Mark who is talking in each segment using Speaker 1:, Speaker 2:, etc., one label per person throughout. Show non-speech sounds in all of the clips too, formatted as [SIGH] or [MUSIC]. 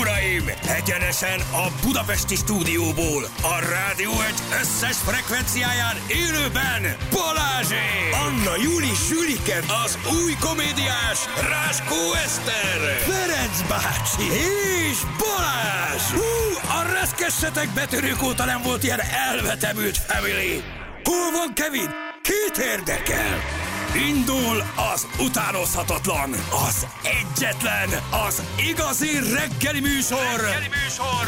Speaker 1: uraim! Egyenesen a Budapesti stúdióból, a rádió egy összes frekvenciáján élőben Balázsék! Anna Júli Sülike, az új komédiás Ráskó Eszter, Ferenc bácsi és Balázs! Hú, a reszkessetek betörők óta nem volt ilyen elvetemült family! Hol van Kevin? Két érdekel! Indul az utánozhatatlan, az egyetlen, az igazi reggeli műsor, reggeli műsor.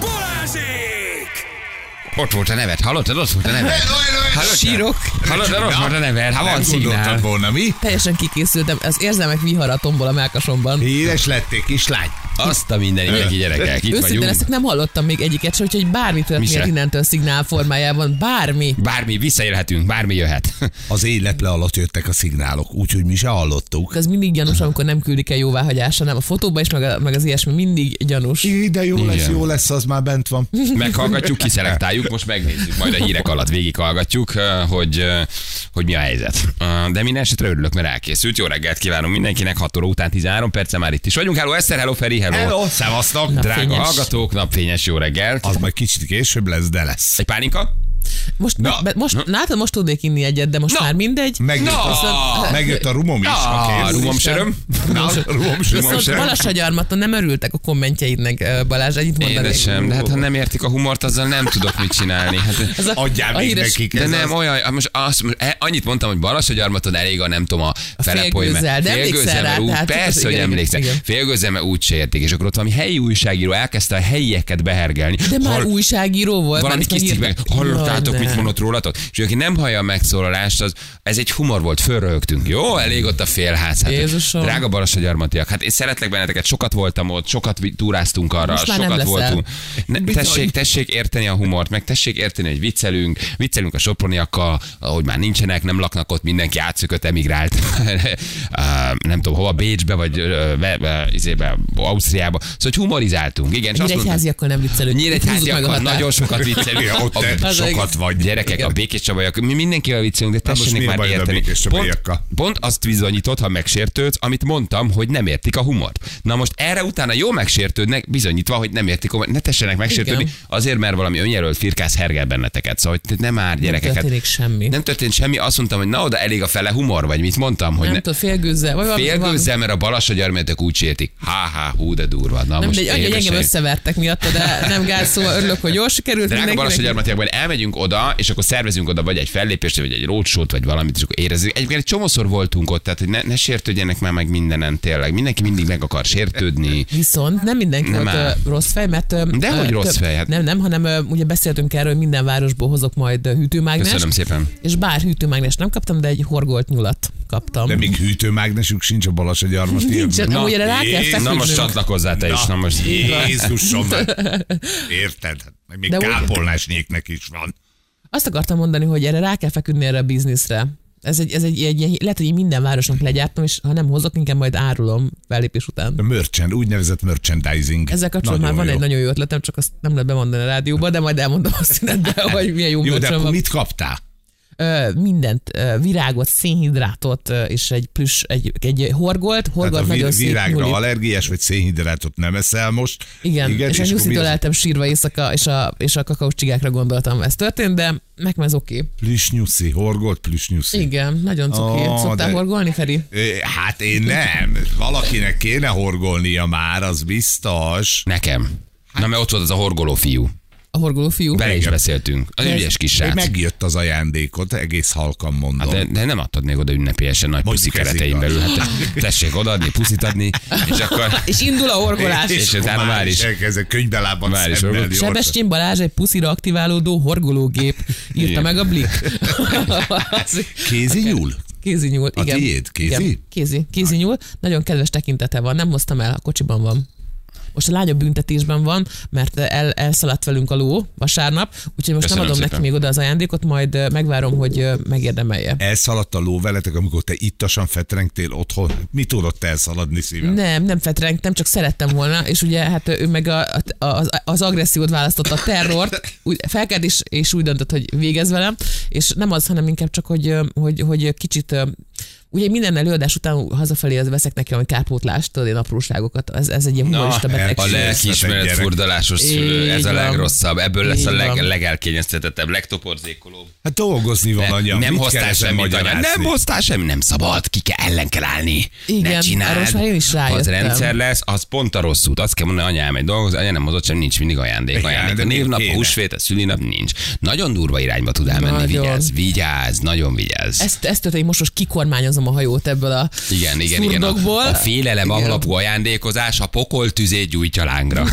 Speaker 1: Balázsék!
Speaker 2: Ott volt a neved, hallottad? Ott volt a neved.
Speaker 3: Hát,
Speaker 2: Hallottad?
Speaker 4: Sírok.
Speaker 2: Hallottad? Ott volt a neved. Ha van
Speaker 3: Nem
Speaker 2: szignál.
Speaker 3: gondoltad volna, mi?
Speaker 4: Teljesen kikészültem, az érzelmek viharatomból a melkasomban.
Speaker 3: Híres lettél, kislány.
Speaker 2: Azt a mindenit, gyerekek, itt
Speaker 4: Őszintén
Speaker 2: vagyunk.
Speaker 4: leszek, nem hallottam még egyiket se, úgyhogy bármi történhet
Speaker 2: se.
Speaker 4: innentől szignál formájában, bármi.
Speaker 2: Bármi, visszaélhetünk, bármi [LAUGHS] jöhet.
Speaker 3: Az éj leple alatt jöttek a szignálok, úgyhogy mi se hallottuk.
Speaker 4: Ez mindig gyanús, amikor nem küldik el jóváhagyásra, nem a fotóba is, meg, a, meg az ilyesmi mindig gyanús.
Speaker 3: Í, de jó lesz,
Speaker 2: Igen.
Speaker 3: jó lesz, az már bent [LAUGHS] van.
Speaker 2: Meghallgatjuk, kiszelektáljuk, most megnézzük, majd a hírek alatt végighallgatjuk, eh, hogy, eh, hogy mi a helyzet. Eh, De minden esetre örülök, mert elkészült. Jó reggelt kívánom mindenkinek, 6 óra után 13 perccel már itt is vagyunk. Hello Eszter, hello Feri, hello.
Speaker 3: Hello, szevasztok,
Speaker 4: Na,
Speaker 3: drága.
Speaker 2: Drága
Speaker 4: Fényes.
Speaker 2: hallgatók, napfényes jó reggelt.
Speaker 3: Az majd kicsit később lesz, de lesz.
Speaker 2: Egy pálinka?
Speaker 4: Most,
Speaker 3: Na.
Speaker 4: be, most na. látod, most tudnék inni egyet, de most
Speaker 2: Na.
Speaker 4: már mindegy.
Speaker 3: Megjött,
Speaker 2: Na.
Speaker 3: a, megjött a rumom is.
Speaker 2: Ah,
Speaker 3: ha kész.
Speaker 2: rumom söröm.
Speaker 3: [LAUGHS] Na, rumom söröm.
Speaker 4: Viszont Balassagyarmaton nem örültek a kommentjeidnek, ö, Balázs, ennyit mondanék.
Speaker 2: Édesem, de hát ha nem értik a humort, azzal nem tudok mit csinálni. Hát,
Speaker 4: Ez a-
Speaker 3: Adjál
Speaker 4: a
Speaker 3: még
Speaker 4: híres-
Speaker 3: nekik.
Speaker 2: de
Speaker 3: ez
Speaker 2: nem,
Speaker 3: az-
Speaker 2: olyan, ah, most azt, most e- annyit mondtam, hogy Balassagyarmaton elég a nem tudom, a, a
Speaker 4: félgőzzel, de emlékszel rá,
Speaker 2: úgy,
Speaker 4: tehát
Speaker 2: persze,
Speaker 4: az-
Speaker 2: hogy
Speaker 4: igen, igen,
Speaker 2: emlékszem.
Speaker 4: igen.
Speaker 2: Félgőzzel, mert úgy se értik. És akkor ott valami helyi újságíró elkezdte a helyieket behergelni.
Speaker 4: De már újságíró volt.
Speaker 2: valami
Speaker 4: már ezt
Speaker 2: kis cikkben,
Speaker 4: megírták.
Speaker 2: hallottátok,
Speaker 4: Na,
Speaker 2: mit
Speaker 4: de.
Speaker 2: mondott rólatok? És aki nem hallja a megszólalást, az, ez egy humor volt, fölröhögtünk. Jó, elég ott a félház. Hát,
Speaker 4: Jézusom.
Speaker 2: drága balassagyarmatiak, hát én szeretlek benneteket, sokat voltam ott, sokat vi- túráztunk arra,
Speaker 4: Most már nem
Speaker 2: sokat
Speaker 4: leszel.
Speaker 2: voltunk. Ne, tessék, tessék érteni a humort, meg tessék érteni, hogy viccelünk, viccelünk a soproniakkal, ahogy már nincsenek, nem laknak ott, mindenki átszökött, emigrált. [LAUGHS] Á, nem tudom, hova, Bécsbe, vagy ö, be, be, izébe, Ausztriába. Szóval, hogy humorizáltunk, igen. és azt mondtuk-
Speaker 4: Nyíregyháziakkal nem viccelődünk. Húzzuk meg a
Speaker 2: Nyíregyháziakkal
Speaker 4: határt.
Speaker 2: nagyon sokat viccelünk.
Speaker 3: Ja, ott
Speaker 2: A-
Speaker 3: te
Speaker 4: Az
Speaker 3: sokat
Speaker 4: igaz.
Speaker 3: vagy.
Speaker 2: Gyerekek, a békés csabajak, mi mindenkivel viccelünk, de
Speaker 3: Na most
Speaker 2: tessenek
Speaker 3: mi a
Speaker 2: már
Speaker 3: bajod a
Speaker 2: érteni.
Speaker 3: Békés
Speaker 2: Pont,
Speaker 3: Csabajakkal?
Speaker 2: pont azt bizonyítod, ha megsértődsz, amit mondtam, hogy nem értik a humort. Na most erre utána jó megsértődnek, bizonyítva, hogy nem értik a humort. Ne tessenek megsértődni,
Speaker 4: Igen.
Speaker 2: azért, mert valami önjelölt firkász hergel benneteket. Szóval hogy nem már gyerekeket.
Speaker 4: történik semmi.
Speaker 2: Nem történt semmi, azt mondtam, hogy na oda elég a fele humor, vagy mit mondtam, hogy
Speaker 4: Nem
Speaker 2: ne,
Speaker 4: tudom, félgőzzel. Vagy valami-
Speaker 2: félgőzzel, mert a balassagyarmetek úgy sértik. Há-há, hú, de durva. Na,
Speaker 4: Nem,
Speaker 2: most
Speaker 4: de engem, engem
Speaker 2: édesem.
Speaker 4: összevertek miatta, de nem gáz, szóval örülök, hogy jól sikerült
Speaker 2: Drága
Speaker 4: mindenkinek.
Speaker 2: Balassa gyarmatiakban elmegyünk oda, és akkor szervezünk oda vagy egy fellépést, vagy egy rócsót, vagy valamit, és akkor érezzük. Egyébként egy csomószor voltunk ott, tehát hogy ne, ne sértődjenek már meg mindenen, tényleg. Mindenki mindig meg akar sértődni.
Speaker 4: Viszont nem mindenki
Speaker 2: Nem
Speaker 4: nem volt
Speaker 2: áll.
Speaker 4: ö, rossz fej, mert... ö,
Speaker 2: Dehogy
Speaker 4: ö,
Speaker 2: rossz
Speaker 4: több-
Speaker 2: fej, hát-
Speaker 4: Nem, nem, hanem ö, ugye beszéltünk erről, hogy minden városból hozok majd ö, hűtőmágnest.
Speaker 2: Köszönöm szépen.
Speaker 4: És bár hűtőmágnest nem kaptam, de egy horgolt nyulat kaptam.
Speaker 3: De még hűtőmágnesük sincs a balas a
Speaker 4: Nincsen, amúgy erre rá kell
Speaker 3: Jézus.
Speaker 2: Na most
Speaker 4: feküdnünk.
Speaker 2: csatlakozzál te is, na most.
Speaker 3: Jézusom, hát érted? Meg Még
Speaker 4: De úgy-
Speaker 3: kápolnásnyéknek is van.
Speaker 4: Azt akartam mondani, hogy erre rá kell feküdni erre a bizniszre. Ez egy, ez egy, egy, egy lehet, hogy én minden városnak legyártom, és ha nem hozok, inkább majd árulom
Speaker 3: A
Speaker 4: fellépés után.
Speaker 3: merchant, úgynevezett merchandising.
Speaker 4: Ezzel kapcsolatban már van
Speaker 3: jó.
Speaker 4: egy nagyon jó ötletem, csak azt nem lehet bemondani a rádióba, de majd elmondom
Speaker 3: [LAUGHS]
Speaker 4: a szünetben, hogy milyen jó,
Speaker 3: Jó, de
Speaker 4: műsorom
Speaker 3: akkor
Speaker 4: van.
Speaker 3: mit kaptál?
Speaker 4: Ö, mindent, ö, virágot, szénhidrátot, ö, és egy plüss, egy, egy horgolt, horgolt
Speaker 3: Tehát a
Speaker 4: nagyon
Speaker 3: vir-
Speaker 4: szép
Speaker 3: virágra
Speaker 4: nyulit.
Speaker 3: allergiás vagy szénhidrátot nem eszel most.
Speaker 4: Igen, Igen, és, és a
Speaker 3: akkor mi
Speaker 4: nyuszitől
Speaker 3: az?
Speaker 4: eltem sírva éjszaka, és a, és a kakaós csigákra gondoltam, ez történt, de nekem ez oké.
Speaker 3: Plüss nyuszi, horgolt plüss nyuszi.
Speaker 4: Igen, nagyon cuki.
Speaker 3: Ó,
Speaker 4: Szoktál
Speaker 3: de-
Speaker 4: horgolni, Feri?
Speaker 3: Ö, Hát én nem. Valakinek kéne horgolnia már, az biztos.
Speaker 2: Nekem. Na, mert ott volt az a horgoló fiú.
Speaker 4: A horgoló fiú?
Speaker 2: Vele is beszéltünk. Az ügyes kis
Speaker 3: Én
Speaker 2: srác.
Speaker 3: megjött az ajándékot, egész halkan mondom.
Speaker 2: Hát De, de nem adtad még oda ünnepélyesen nagy puszi
Speaker 3: Mondjuk ez
Speaker 2: keretein
Speaker 3: igaz.
Speaker 2: belül. Hát te- tessék odaadni, puszit adni, és akkor...
Speaker 4: És indul a
Speaker 3: [LAUGHS]
Speaker 4: horgolás.
Speaker 2: És
Speaker 3: akkor
Speaker 2: utána már is.
Speaker 3: elkezdek könyvbelábban
Speaker 2: Már is horgol.
Speaker 3: szemmelni.
Speaker 4: Sebestyén Balázs egy puszira aktiválódó horgológép, írta
Speaker 2: Igen.
Speaker 4: meg a Blik. Az-
Speaker 3: [LAUGHS] Kézi nyúl?
Speaker 4: kézi nyúl,
Speaker 3: A
Speaker 4: igen.
Speaker 3: tiéd, kézi?
Speaker 4: Igen. Kézi, kézi nyúl. Nagyon kedves tekintete van, nem hoztam el, a kocsiban van. Most a lánya büntetésben van, mert el, elszaladt velünk a ló vasárnap, úgyhogy most
Speaker 2: Köszönöm
Speaker 4: nem adom
Speaker 2: szépen.
Speaker 4: neki még oda az ajándékot, majd ö, megvárom, hogy ö, megérdemelje.
Speaker 3: Elszaladt a ló veletek, amikor te ittasan fetrengtél otthon. Mi tudott elszaladni szívem?
Speaker 4: Nem, nem fetrengtem, csak szerettem volna, és ugye hát ő meg a, a, az, az agressziót választotta, a terrort, úgy, felkelt is, és úgy döntött, hogy végez velem, és nem az, hanem inkább csak, hogy, ö, hogy, hogy kicsit ö, Ugye minden előadás után hazafelé az veszek neki valami kárpótlást, tudod, én apróságokat. Ez, ez egy ilyen humorista
Speaker 2: A
Speaker 4: betegség.
Speaker 3: le-
Speaker 2: lelkiismeret furdalásos szülő, ez a
Speaker 4: Így van.
Speaker 2: legrosszabb. Ebből lesz a
Speaker 4: Így
Speaker 2: leg,
Speaker 4: van.
Speaker 2: legelkényeztetettebb, legtoporzékolóbb.
Speaker 3: Hát dolgozni van, anya.
Speaker 2: nem
Speaker 3: Mit
Speaker 2: hoztál
Speaker 3: keresem
Speaker 2: semmit, anya.
Speaker 3: magyarázni?
Speaker 2: Nem hoztál semmit, nem szabad, ki kell, ellen kell állni.
Speaker 4: Igen,
Speaker 2: ne csináld.
Speaker 4: arra most már én is
Speaker 2: Ha Az
Speaker 4: rájöttem.
Speaker 2: rendszer lesz, az pont a rossz út. Azt kell mondani, anyám egy dolgoz, anya nem hozott sem, nincs mindig ajándék.
Speaker 3: Igen,
Speaker 2: ajándék.
Speaker 3: de
Speaker 2: A névnap, a
Speaker 3: kéne.
Speaker 2: húsvét, a szülinap nincs. Nagyon durva irányba tud elmenni,
Speaker 4: Nagyon.
Speaker 2: vigyázz, vigyázz, nagyon vigyázz.
Speaker 4: Ez, ez történik, most most kikormányozom a hajót ebből a
Speaker 2: Igen, igen, igen. A,
Speaker 4: szurdokból.
Speaker 2: a félelem
Speaker 4: Igen.
Speaker 2: alapú ajándékozás, a pokol tüzét gyújtja lángra.
Speaker 4: [LAUGHS]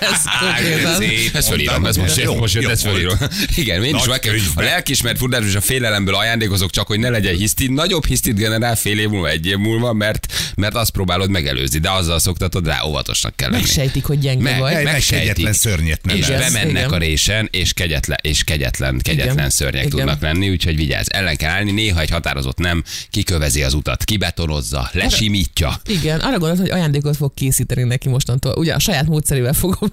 Speaker 4: Ez konkrétan.
Speaker 3: szép.
Speaker 2: Ezt fölírom, ez most,
Speaker 3: Jó,
Speaker 2: jött, most jött,
Speaker 3: jó
Speaker 2: ez
Speaker 3: volt.
Speaker 2: fölírom. Igen, én is
Speaker 3: Nagy
Speaker 2: meg kell. A
Speaker 3: könyvbe.
Speaker 2: lelkismert furdás és a félelemből ajándékozok, csak hogy ne legyen hisztid. Nagyobb hisztid generál fél év múlva, egy év múlva, mert, mert azt próbálod megelőzni, de azzal szoktatod rá, óvatosnak kell lenni.
Speaker 4: Megsejtik, hogy gyenge
Speaker 2: Meg-
Speaker 4: vagy.
Speaker 2: meg- megsejtik.
Speaker 3: Egyetlen szörnyet nem
Speaker 2: és
Speaker 4: Igen.
Speaker 3: lesz.
Speaker 2: bemennek
Speaker 4: igen.
Speaker 2: a résen, és kegyetlen, és kegyetlen, kegyetlen
Speaker 4: Igen.
Speaker 2: szörnyek
Speaker 4: Igen.
Speaker 2: tudnak lenni, úgyhogy vigyázz, ellen kell állni, néha egy határozott nem, kikövezi az utat, kibetonozza, lesimítja.
Speaker 4: Igen, arra gondoltam, hogy ajándékot fog készíteni neki mostantól. Ugye a saját módszerével fogom [LAUGHS]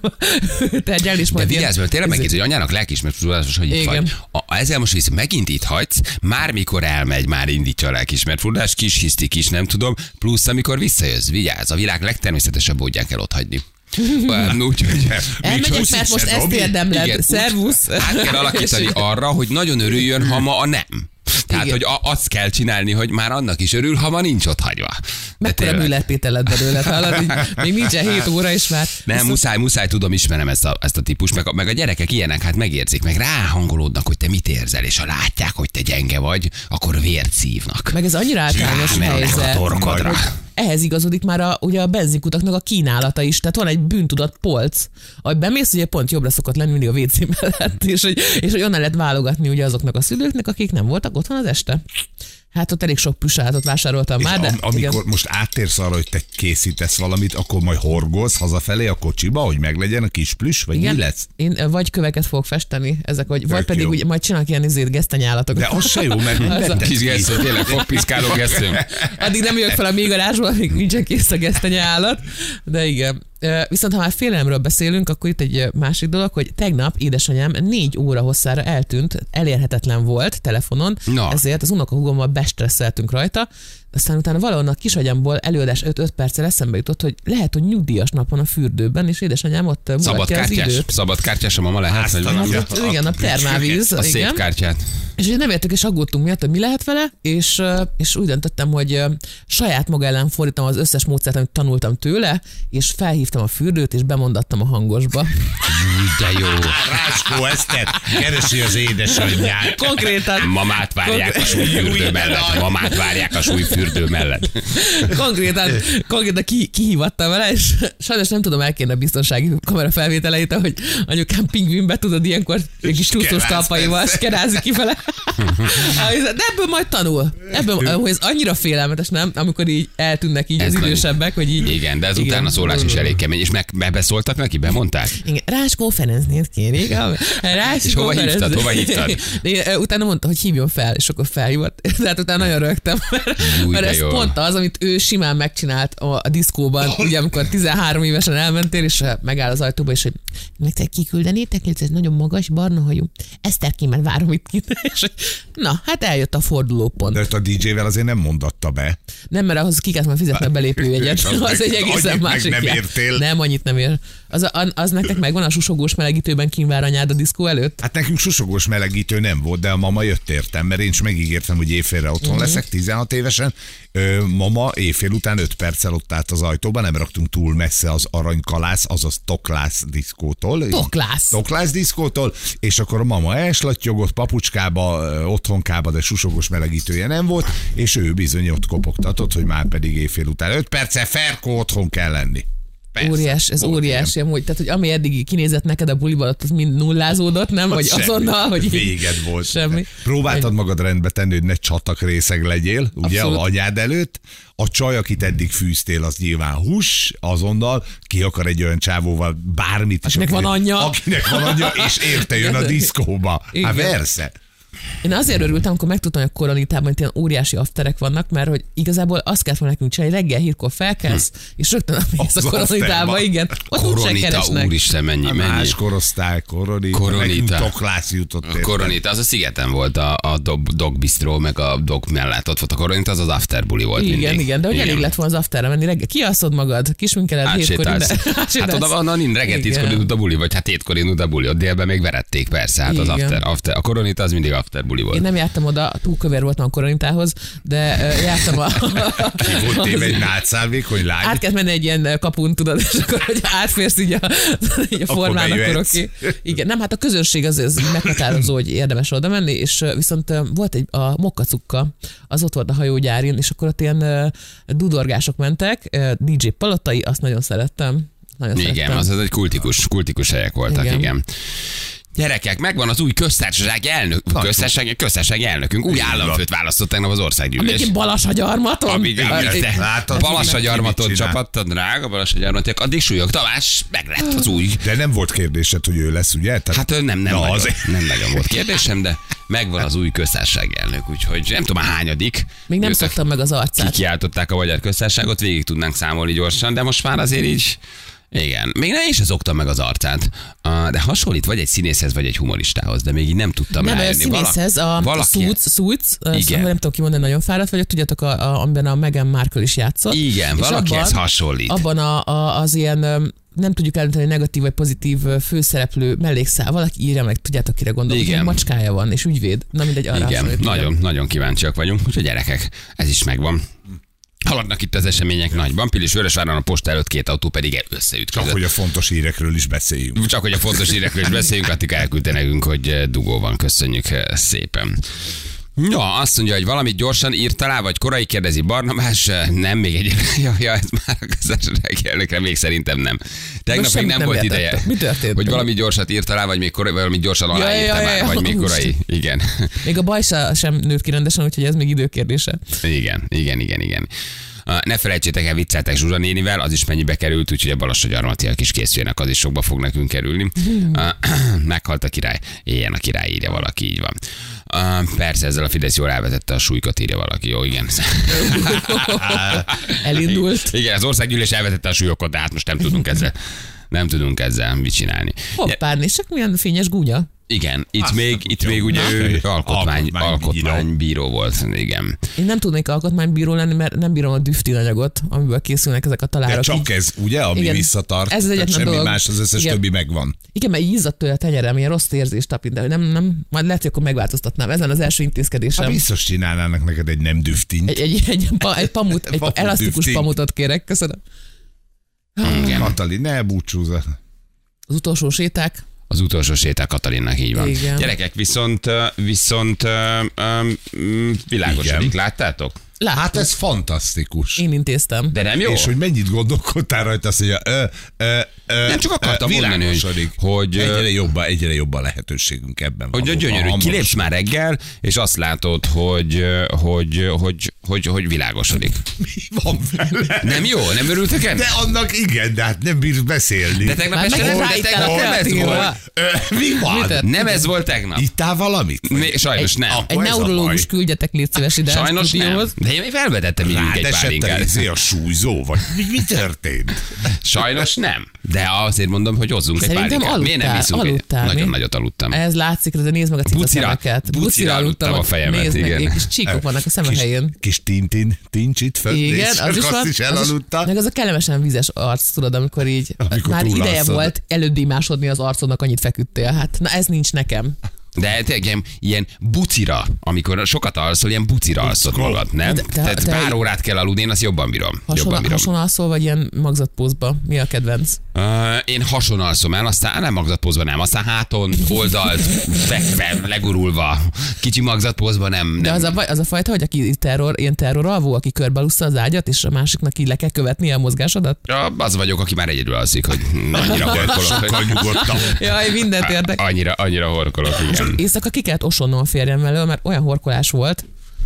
Speaker 4: tárgyalni, és
Speaker 2: De
Speaker 4: majd
Speaker 2: vigyázz, mert tényleg megkérdezi, hogy anyának lelkismert furdalásos, hogy itt
Speaker 4: Igen.
Speaker 2: vagy. A, ezzel most visz, megint itt hagysz, már mikor elmegy, már indítja a lelkismert furdalás, kis hiszti, kis nem tudom, plusz amikor visszajössz, vigyázz, a világ legtermészetesebb módján kell ott
Speaker 4: [LAUGHS]
Speaker 2: hagyni. Úgyhogy
Speaker 4: Elmegyek,
Speaker 3: Nincs
Speaker 4: mert most
Speaker 3: húsz is,
Speaker 4: ezt
Speaker 3: Robi?
Speaker 4: érdemled.
Speaker 2: úgy-
Speaker 4: Szervusz.
Speaker 2: Át kell
Speaker 4: [LAUGHS]
Speaker 2: alakítani arra, hogy nagyon örüljön, ha ma a nem. Tehát,
Speaker 4: Igen.
Speaker 2: hogy a, azt kell csinálni, hogy már annak is örül, ha ma nincs ott hagyva. De
Speaker 4: Mekkora
Speaker 2: tényleg.
Speaker 4: műlettétel lett belőled, hallod? Így, még nincsen 7 óra is már.
Speaker 2: Nem, muszáj, muszáj, tudom, ismerem ezt a, ezt a típust, meg, a- meg a gyerekek ilyenek, hát megérzik, meg ráhangolódnak, hogy te mit érzel, és ha látják, hogy te gyenge vagy, akkor vért szívnak.
Speaker 4: Meg ez annyira általános
Speaker 2: Rámennek a
Speaker 4: helyzet.
Speaker 2: torkodra.
Speaker 4: Ehhez igazodik már a, ugye a benzinkutaknak a kínálata is, tehát van egy bűntudat polc, ahogy bemész, ugye pont jobbra szokott lenni mindig a WC mellett, és hogy, és hogy onnan lehet válogatni ugye azoknak a szülőknek, akik nem voltak otthon az este. Hát ott elég sok püsátot vásároltam
Speaker 3: És
Speaker 4: már, de
Speaker 3: am- amikor
Speaker 4: igen.
Speaker 3: most áttérsz arra, hogy te készítesz valamit, akkor majd horgolsz hazafelé a kocsiba, hogy meglegyen a kis plüss, vagy mi lesz?
Speaker 4: Én ö, vagy köveket fogok festeni, ezek, vagy, vagy
Speaker 3: Tök
Speaker 4: pedig
Speaker 3: jó.
Speaker 4: ugye, majd csinálok ilyen izét gesztenyálatokat.
Speaker 3: De az se jó, mert
Speaker 4: [LAUGHS] Az a-
Speaker 3: mindent
Speaker 2: Kis gesztő, tényleg fogpiszkáló gesztő.
Speaker 4: Addig nem jövök fel a még garázsból, amíg nincsen kész a gesztenye állat. De igen. Ö, Viszont ha már félelemről beszélünk, akkor itt egy ö, másik dolog, hogy tegnap édesanyám négy óra hosszára eltűnt, elérhetetlen volt telefonon,
Speaker 2: Na.
Speaker 4: ezért az unokahúgommal bestresszeltünk rajta, aztán utána valahonnan a kisagyamból előadás 5-5 perccel eszembe jutott, hogy lehet, hogy nyugdíjas nap van a fürdőben, és édesanyám ott ö, mulatja az
Speaker 2: Szabadkártyás,
Speaker 4: időt.
Speaker 2: szabadkártyás a mama lehet, vagy valami.
Speaker 3: Áztalan.
Speaker 4: Hát, igen, a termálvíz.
Speaker 2: A
Speaker 4: igen.
Speaker 2: szép kártyát.
Speaker 4: És ugye nem értük, és aggódtunk miatt, hogy mi lehet vele, és, ö, és úgy döntöttem, hogy ö, saját maga ellen fordítom az összes módszert, amit tanultam tőle, és felhívtam a fürdőt, és bemondattam a
Speaker 2: [LAUGHS]
Speaker 4: hangosba.
Speaker 2: De jó.
Speaker 3: Ráskó Eszter keresi az édesanyját.
Speaker 4: Konkrétan,
Speaker 2: Mamát várják a súlyfürdő mellett. Mamát várják a súlyfürdő mellett.
Speaker 4: konkrétan, konkrétan ki, kihívattam vele, és sajnos nem tudom elkérni a biztonsági kamera felvételeit, ahogy anyukám pingvinbe tudod ilyenkor egy kis csúszós
Speaker 3: keráz,
Speaker 4: talpaival,
Speaker 3: persze.
Speaker 4: skerázik
Speaker 2: [LAUGHS]
Speaker 4: kifele. Ah, hisz- De ebből majd tanul. Ebből, hogy ez annyira félelmetes, nem? Amikor így eltűnnek így
Speaker 2: Ez
Speaker 4: az
Speaker 2: nagyon-
Speaker 4: idősebbek, hogy így
Speaker 2: Igen, de ez
Speaker 4: Igen.
Speaker 2: utána szólás is elég kemény. És meg, beszóltak neki, bemondták?
Speaker 4: Igen, Ráskó Ferenznét
Speaker 2: [LAUGHS]
Speaker 4: kérik. A- Ráskó
Speaker 2: És hova hívtad?
Speaker 4: Ferenc-
Speaker 2: Hova
Speaker 4: [LAUGHS]
Speaker 2: hívtad?
Speaker 4: Én, ö, utána mondta, hogy hívjon fel, és akkor felhívott. [LAUGHS] Tehát utána nagyon rögtem, [LAUGHS] mert,
Speaker 2: Új,
Speaker 4: mert
Speaker 2: de
Speaker 4: ez
Speaker 2: jó.
Speaker 4: pont az, amit ő simán megcsinált a, a
Speaker 2: [LAUGHS]
Speaker 4: diszkóban, ugye amikor 13 évesen elmentél, és ö, megáll az ajtóba, és hogy nektek kiküldenétek, ez egy nagyon magas, barna hajú. Eszterkémmel várom itt kint. [LAUGHS] És, hogy na, hát eljött a fordulópont.
Speaker 3: De őt a DJ-vel azért nem mondatta be.
Speaker 4: Nem, mert ahhoz ki kellett már fizetni a belépőjegyet.
Speaker 3: [LAUGHS] És az
Speaker 4: [LAUGHS] az,
Speaker 3: meg-
Speaker 4: egy
Speaker 3: annyit
Speaker 4: egészen
Speaker 3: meg
Speaker 4: másik
Speaker 3: nem
Speaker 4: jár.
Speaker 3: értél.
Speaker 4: Nem, annyit nem ér. Az, az, az nektek megvan a susogós melegítőben kínvár anyád a diszkó előtt?
Speaker 3: Hát nekünk susogós melegítő nem volt, de a mama jött értem, mert én is megígértem, hogy éjfélre otthon
Speaker 4: Mhm.
Speaker 3: leszek, 16 évesen. Ö, mama éjfél után 5 perccel ott állt az ajtóban, nem raktunk túl messze az aranykalász, azaz toklász diszkótól.
Speaker 4: Toklász.
Speaker 3: Toklász diszkótól, és akkor a mama elslattyogott papucskába, ö, otthonkába, de susogós melegítője nem volt, és ő bizony ott kopogtatott, hogy már pedig éjfél után 5 perccel Ferkó otthon kell lenni. Persze,
Speaker 4: óriás, ez
Speaker 3: volt ilyen.
Speaker 4: óriási amúgy. Tehát, hogy ami eddig kinézett neked a buliban, ott az mind nullázódott, nem? Vagy
Speaker 3: Semmi.
Speaker 4: azonnal, hogy így-
Speaker 3: Véged volt.
Speaker 4: Semmi.
Speaker 3: Próbáltad magad rendbe tenni, hogy ne csatak részeg legyél, ugye,
Speaker 4: Abszolút.
Speaker 3: a anyád előtt. A csaj, akit eddig fűztél, az nyilván hús, azonnal ki akar egy olyan csávóval bármit. is,
Speaker 4: Akinek van anyja.
Speaker 3: Akinek van anyja, és érte jön a diszkóba. Hát
Speaker 4: Igen.
Speaker 3: versze.
Speaker 4: Én azért örültem, amikor megtudtam, hogy a koronitában itt ilyen óriási afterek vannak, mert hogy igazából azt kellett volna nekünk csinálni, reggel hírkor felkelsz,
Speaker 3: Hm.
Speaker 4: és rögtön a mész
Speaker 3: Az
Speaker 4: a koronitába,
Speaker 3: afterba.
Speaker 4: igen. Ott úgysem
Speaker 2: Koronita,
Speaker 4: keresnek.
Speaker 2: úristen, mennyi,
Speaker 3: A
Speaker 2: mennyi.
Speaker 3: más korosztály, koronita,
Speaker 2: Koronita.
Speaker 3: koronita. toklász jutott.
Speaker 2: A
Speaker 3: érted?
Speaker 2: koronita, az a szigeten volt a, a dog, dog bistro, meg a dog mellett ott volt a koronita, az az after buli volt
Speaker 4: Igen,
Speaker 2: Hát mindig.
Speaker 4: igen, de hogy elég lett volna az afterre menni reggel. Kiasszod magad, kisminkeled hétkor [LAUGHS]
Speaker 2: Átsétálsz.
Speaker 4: ide.
Speaker 2: Hát oda van, onnan reggel
Speaker 4: Igen.
Speaker 2: tízkor indult a buli, vagy hát hétkor indult a buli, ott délben még verették persze, hát az
Speaker 4: Igen.
Speaker 2: after, after, a koronita az mindig after buli volt.
Speaker 4: Én nem jártam oda, túl kövér voltam a koronitához, de ö, jártam a...
Speaker 3: Ki volt téve egy nátszálvékony lány?
Speaker 4: Át kellett menni egy ilyen ö, kapun, tudod, és akkor, hogy átférsz így a, [LAUGHS] így a
Speaker 3: Akkor
Speaker 4: formának, akkor
Speaker 3: bejöhetsz.
Speaker 4: oké. Igen, nem, hát a közönség az, az meghatározó, hogy érdemes oda menni, és ö, viszont ö, volt egy, a mokkacukka, az ott volt a hajógyárin, és akkor ott ilyen ö, dudorgások mentek, ö, DJ palotai, azt nagyon szerettem. Nagyon
Speaker 2: Igen,
Speaker 4: szerettem.
Speaker 2: az, az egy kultikus, kultikus helyek voltak, igen.
Speaker 4: Igen.
Speaker 2: igen. Gyerekek, megvan az új köztársaság elnök, köztársaság, köztársaság elnökünk, új államfőt választott tegnap az országgyűlés.
Speaker 4: Amíg Balas a gyarmaton?
Speaker 2: Amíg, amíg
Speaker 4: Amíg-
Speaker 2: te
Speaker 3: Látod,
Speaker 2: Balassa
Speaker 3: mindenki
Speaker 2: gyarmatot
Speaker 3: mit csinál?
Speaker 2: csapatta, drága Balassa gyarmatok, addig súlyog, Tamás, meg lett az új.
Speaker 3: De nem volt kérdésed, hogy ő lesz, ugye? Tehát
Speaker 2: Hát ő nem, nem,
Speaker 3: Na,
Speaker 2: nagyon,
Speaker 3: azért.
Speaker 2: nem nagyon volt kérdésem, de megvan az új köztársaság elnök, úgyhogy nem tudom a hányadik.
Speaker 4: Még nem
Speaker 2: Ők,
Speaker 4: szoktam meg az
Speaker 2: akik
Speaker 4: arcát.
Speaker 2: Kikiáltották a magyar köztársaságot, végig tudnánk számolni gyorsan, de most már azért így igen, még ne is szoktam meg az arcát, Ah, de hasonlít vagy egy színészhez, vagy egy humoristához, de még így nem tudtam
Speaker 4: Nem, a
Speaker 2: rájönni.
Speaker 4: színészhez, a
Speaker 2: Valaki-
Speaker 4: Suits, Suits, azt
Speaker 2: Igen.
Speaker 4: nem tudom kimondani, nagyon fáradt vagyok, tudjátok, a, a, amiben a Meghan Markle is játszott.
Speaker 2: Igen,
Speaker 4: És
Speaker 2: valakihez
Speaker 4: abban-
Speaker 2: hasonlít.
Speaker 4: Abban a, a, az ilyen öm, nem tudjuk eldönteni negatív vagy pozitív ö, főszereplő mellékszál. Valaki írja meg, tudjátok, kire gondolok.
Speaker 2: Igen.
Speaker 4: Igen. Macskája van, és ügyvéd. Na mindegy, arra
Speaker 2: Igen,
Speaker 4: hasonlít.
Speaker 2: nagyon, nagyon kíváncsiak vagyunk, úgyhogy gyerekek, ez is megvan. Haladnak itt az események nagyban, Pilis Vörösváron a posta előtt két autó pedig
Speaker 3: Csak
Speaker 2: összeütközött.
Speaker 3: hogy a fontos hírekről is beszéljünk.
Speaker 2: Csak hogy a fontos hírekről is beszéljünk, Attika elküldte nekünk, hogy eh, dugó van. Köszönjük eh, szépen. Ja, azt mondja, hogy valamit gyorsan írt alá, vagy korai kérdezi Barnabás, eh, nem, még egy, [LAUGHS] ja, ja ez már a közösségi elnökre, még szerintem nem. Tegnap még
Speaker 4: semmit
Speaker 2: nem,
Speaker 4: nem
Speaker 2: volt
Speaker 4: értettem.
Speaker 2: ideje.
Speaker 4: Mi történt?
Speaker 2: Hogy valami gyorsat írt alá, vagy még korai, valami gyorsan alá ja, ja, ja, ja. vagy még korai. Igen.
Speaker 4: Még a baj se- sem nőtt ki rendesen, úgyhogy ez még
Speaker 2: [LAUGHS]
Speaker 4: időkérdése.
Speaker 2: Igen, igen, igen, igen. Ah, Ne felejtsétek el, vicceltek Zsuzsa nénivel, az is mennyibe került, úgyhogy a Balassa gyarmatiak is készüljenek, az is sokba fog nekünk kerülni. Ah, [CLEARS THROAT] Meghalt a király, éljen a király, írja valaki, így van. Ah, Persze ezzel a Fidesz jól elvetette a súlykat, írja valaki, jó, igen.
Speaker 4: Elindult.
Speaker 2: Igen, az országgyűlés elvetette a súlyokat, de hát most nem tudunk ezzel. Nem tudunk ezzel mit csinálni.
Speaker 4: Hoppán, és csak milyen fényes gúnya.
Speaker 2: Igen, itt
Speaker 3: Azt nem
Speaker 2: még, itt
Speaker 3: tudja.
Speaker 2: még ugye
Speaker 3: Na,
Speaker 2: ő
Speaker 3: egy
Speaker 2: alkotmány,
Speaker 3: alkotmánybíró.
Speaker 2: alkotmánybíró volt, igen.
Speaker 4: Én nem tudnék alkotmánybíró lenni, mert nem bírom a düftinanyagot, amiből készülnek ezek a
Speaker 3: De
Speaker 4: talárok.
Speaker 3: Hát csak
Speaker 4: Így-
Speaker 3: ez, ugye, ami
Speaker 4: Igen.
Speaker 3: visszatart.
Speaker 4: Ez az
Speaker 3: Tehát
Speaker 4: egyetlen
Speaker 3: semmi
Speaker 4: dolog.
Speaker 3: más, az összes
Speaker 4: Igen.
Speaker 3: többi megvan. Hát
Speaker 4: Igen, mert így izzadt tőle a tenyerem, ilyen rossz érzés tapint, de nem, nem, majd lehet, hogy akkor megváltoztatnám. Ezen az első
Speaker 3: Hát
Speaker 4: intézkedésem.
Speaker 3: biztos csinálnának neked egy nem düftint.
Speaker 4: Egy, egy, egy, pa, egy, pamut, egy
Speaker 3: Pamut
Speaker 4: pamut elasztikus
Speaker 3: düfting.
Speaker 4: pamutot kérek, köszönöm.
Speaker 2: igen.
Speaker 3: Natali, ne búcsúzz.
Speaker 2: Hát
Speaker 4: Az utolsó séták.
Speaker 2: Az utolsó séták Katalinnak így van. Igen.
Speaker 4: Igen.
Speaker 2: Gyerekek, viszont, ö, viszont ö, ö, mm, világosodik,
Speaker 3: Igen.
Speaker 2: láttátok?
Speaker 4: Láttam.
Speaker 3: Hát ez fantasztikus.
Speaker 4: Én intéztem.
Speaker 2: De nem jó?
Speaker 3: És hogy mennyit gondolkodtál rajta, azt mondja, ö, ö, ö,
Speaker 2: Nem, csak akartam
Speaker 3: ö,
Speaker 2: mondani, hogy-
Speaker 3: világosodik.
Speaker 2: hogy, ö,
Speaker 3: egyre jobban, egyre jobban lehetőségünk ebben.
Speaker 2: Hogy a
Speaker 3: valóban.
Speaker 2: gyönyörű,
Speaker 3: Hamarosan.
Speaker 2: kilépsz már reggel, és azt látod, hogy, ö, hogy, hogy, hogy, hogy világosodik.
Speaker 3: Mi van vele?
Speaker 2: Nem jó? Nem örültök
Speaker 3: De
Speaker 2: ennek?
Speaker 3: annak igen, de hát nem bírsz beszélni.
Speaker 2: De tegnap
Speaker 4: Már
Speaker 2: este nem,
Speaker 4: megint
Speaker 2: de
Speaker 4: ráittál
Speaker 2: tegnap
Speaker 4: a
Speaker 2: nem ez
Speaker 4: kreatív
Speaker 2: volt.
Speaker 4: rá.
Speaker 3: Ö, mi
Speaker 4: Mi
Speaker 3: van?
Speaker 4: történt?
Speaker 2: Nem ez volt tegnap.
Speaker 3: Ittál valamit?
Speaker 2: Né- Sajnos
Speaker 4: Egy-
Speaker 2: nem.
Speaker 3: a-
Speaker 4: Egy
Speaker 3: ez
Speaker 4: neurológus
Speaker 3: baj.
Speaker 4: küldjetek, légy szíves ide. a
Speaker 2: Sajnos nem.
Speaker 4: stúdióhoz.
Speaker 2: De én még felvetettem így egy
Speaker 3: Rádesett a
Speaker 2: pálinkát.
Speaker 3: izé a súlyzó, vagy mi, mi történt?
Speaker 2: Sajnos nem. De azért mondom, hogy hozzunk egy
Speaker 4: Szerintem
Speaker 2: pálinkát. Miért nem
Speaker 4: aludtál,
Speaker 2: iszunk egy-
Speaker 4: aludtál, mi?
Speaker 2: Nagyon nagyot aludtam.
Speaker 4: Ez látszik, de nézd meg a cica
Speaker 2: Bucira-
Speaker 4: szemeket.
Speaker 2: bucira aludtam a fejemet,
Speaker 4: nézd
Speaker 2: igen.
Speaker 4: Meg, ilyen kis csíkok vannak a szeme helyén.
Speaker 3: Kis tintin, tincs itt fönt,
Speaker 4: Igen,
Speaker 3: és
Speaker 4: az is,
Speaker 3: azt
Speaker 4: van,
Speaker 3: is
Speaker 4: az
Speaker 3: elaludta.
Speaker 4: Meg az a kellemesen vizes arc, tudod, amikor így
Speaker 3: Amikor
Speaker 4: amikor már
Speaker 3: túlalszod.
Speaker 4: ideje volt elődímásodni az arcodnak, annyit feküdtél. Hát, na ez nincs nekem.
Speaker 2: De tényleg ilyen, ilyen bucira, amikor sokat alszol, ilyen bucira alszod magad, nem?
Speaker 4: De-
Speaker 2: Te,
Speaker 4: de-
Speaker 2: Tehát
Speaker 4: de-
Speaker 2: pár órát kell aludni, én azt jobban bírom. jobban
Speaker 4: Hasonló,
Speaker 2: bírom.
Speaker 4: hasonló alszol, vagy ilyen magzatpózba? Mi a kedvenc?
Speaker 2: Ö, én hason alszom el, aztán nem magzatpózban nem, aztán háton, oldalt, fekve, legurulva. Kicsi magzatpózban nem. nem.
Speaker 4: De az a, baj- az a fajta, hogy aki terror, ilyen terroralvó, aki körbelussza az ágyat, és a másiknak így le kell követnie a mozgásodat?
Speaker 2: Ja, az vagyok, aki már egyedül alszik, hogy annyira horkolok.
Speaker 3: Sokkal
Speaker 2: hogy-
Speaker 3: nyugodtabb.
Speaker 4: Jaj, mindent érdek.
Speaker 2: Annyira, annyira horkolok, igen.
Speaker 4: Éjszaka ki kellett osonnom a férjem elől, mert olyan horkolás volt,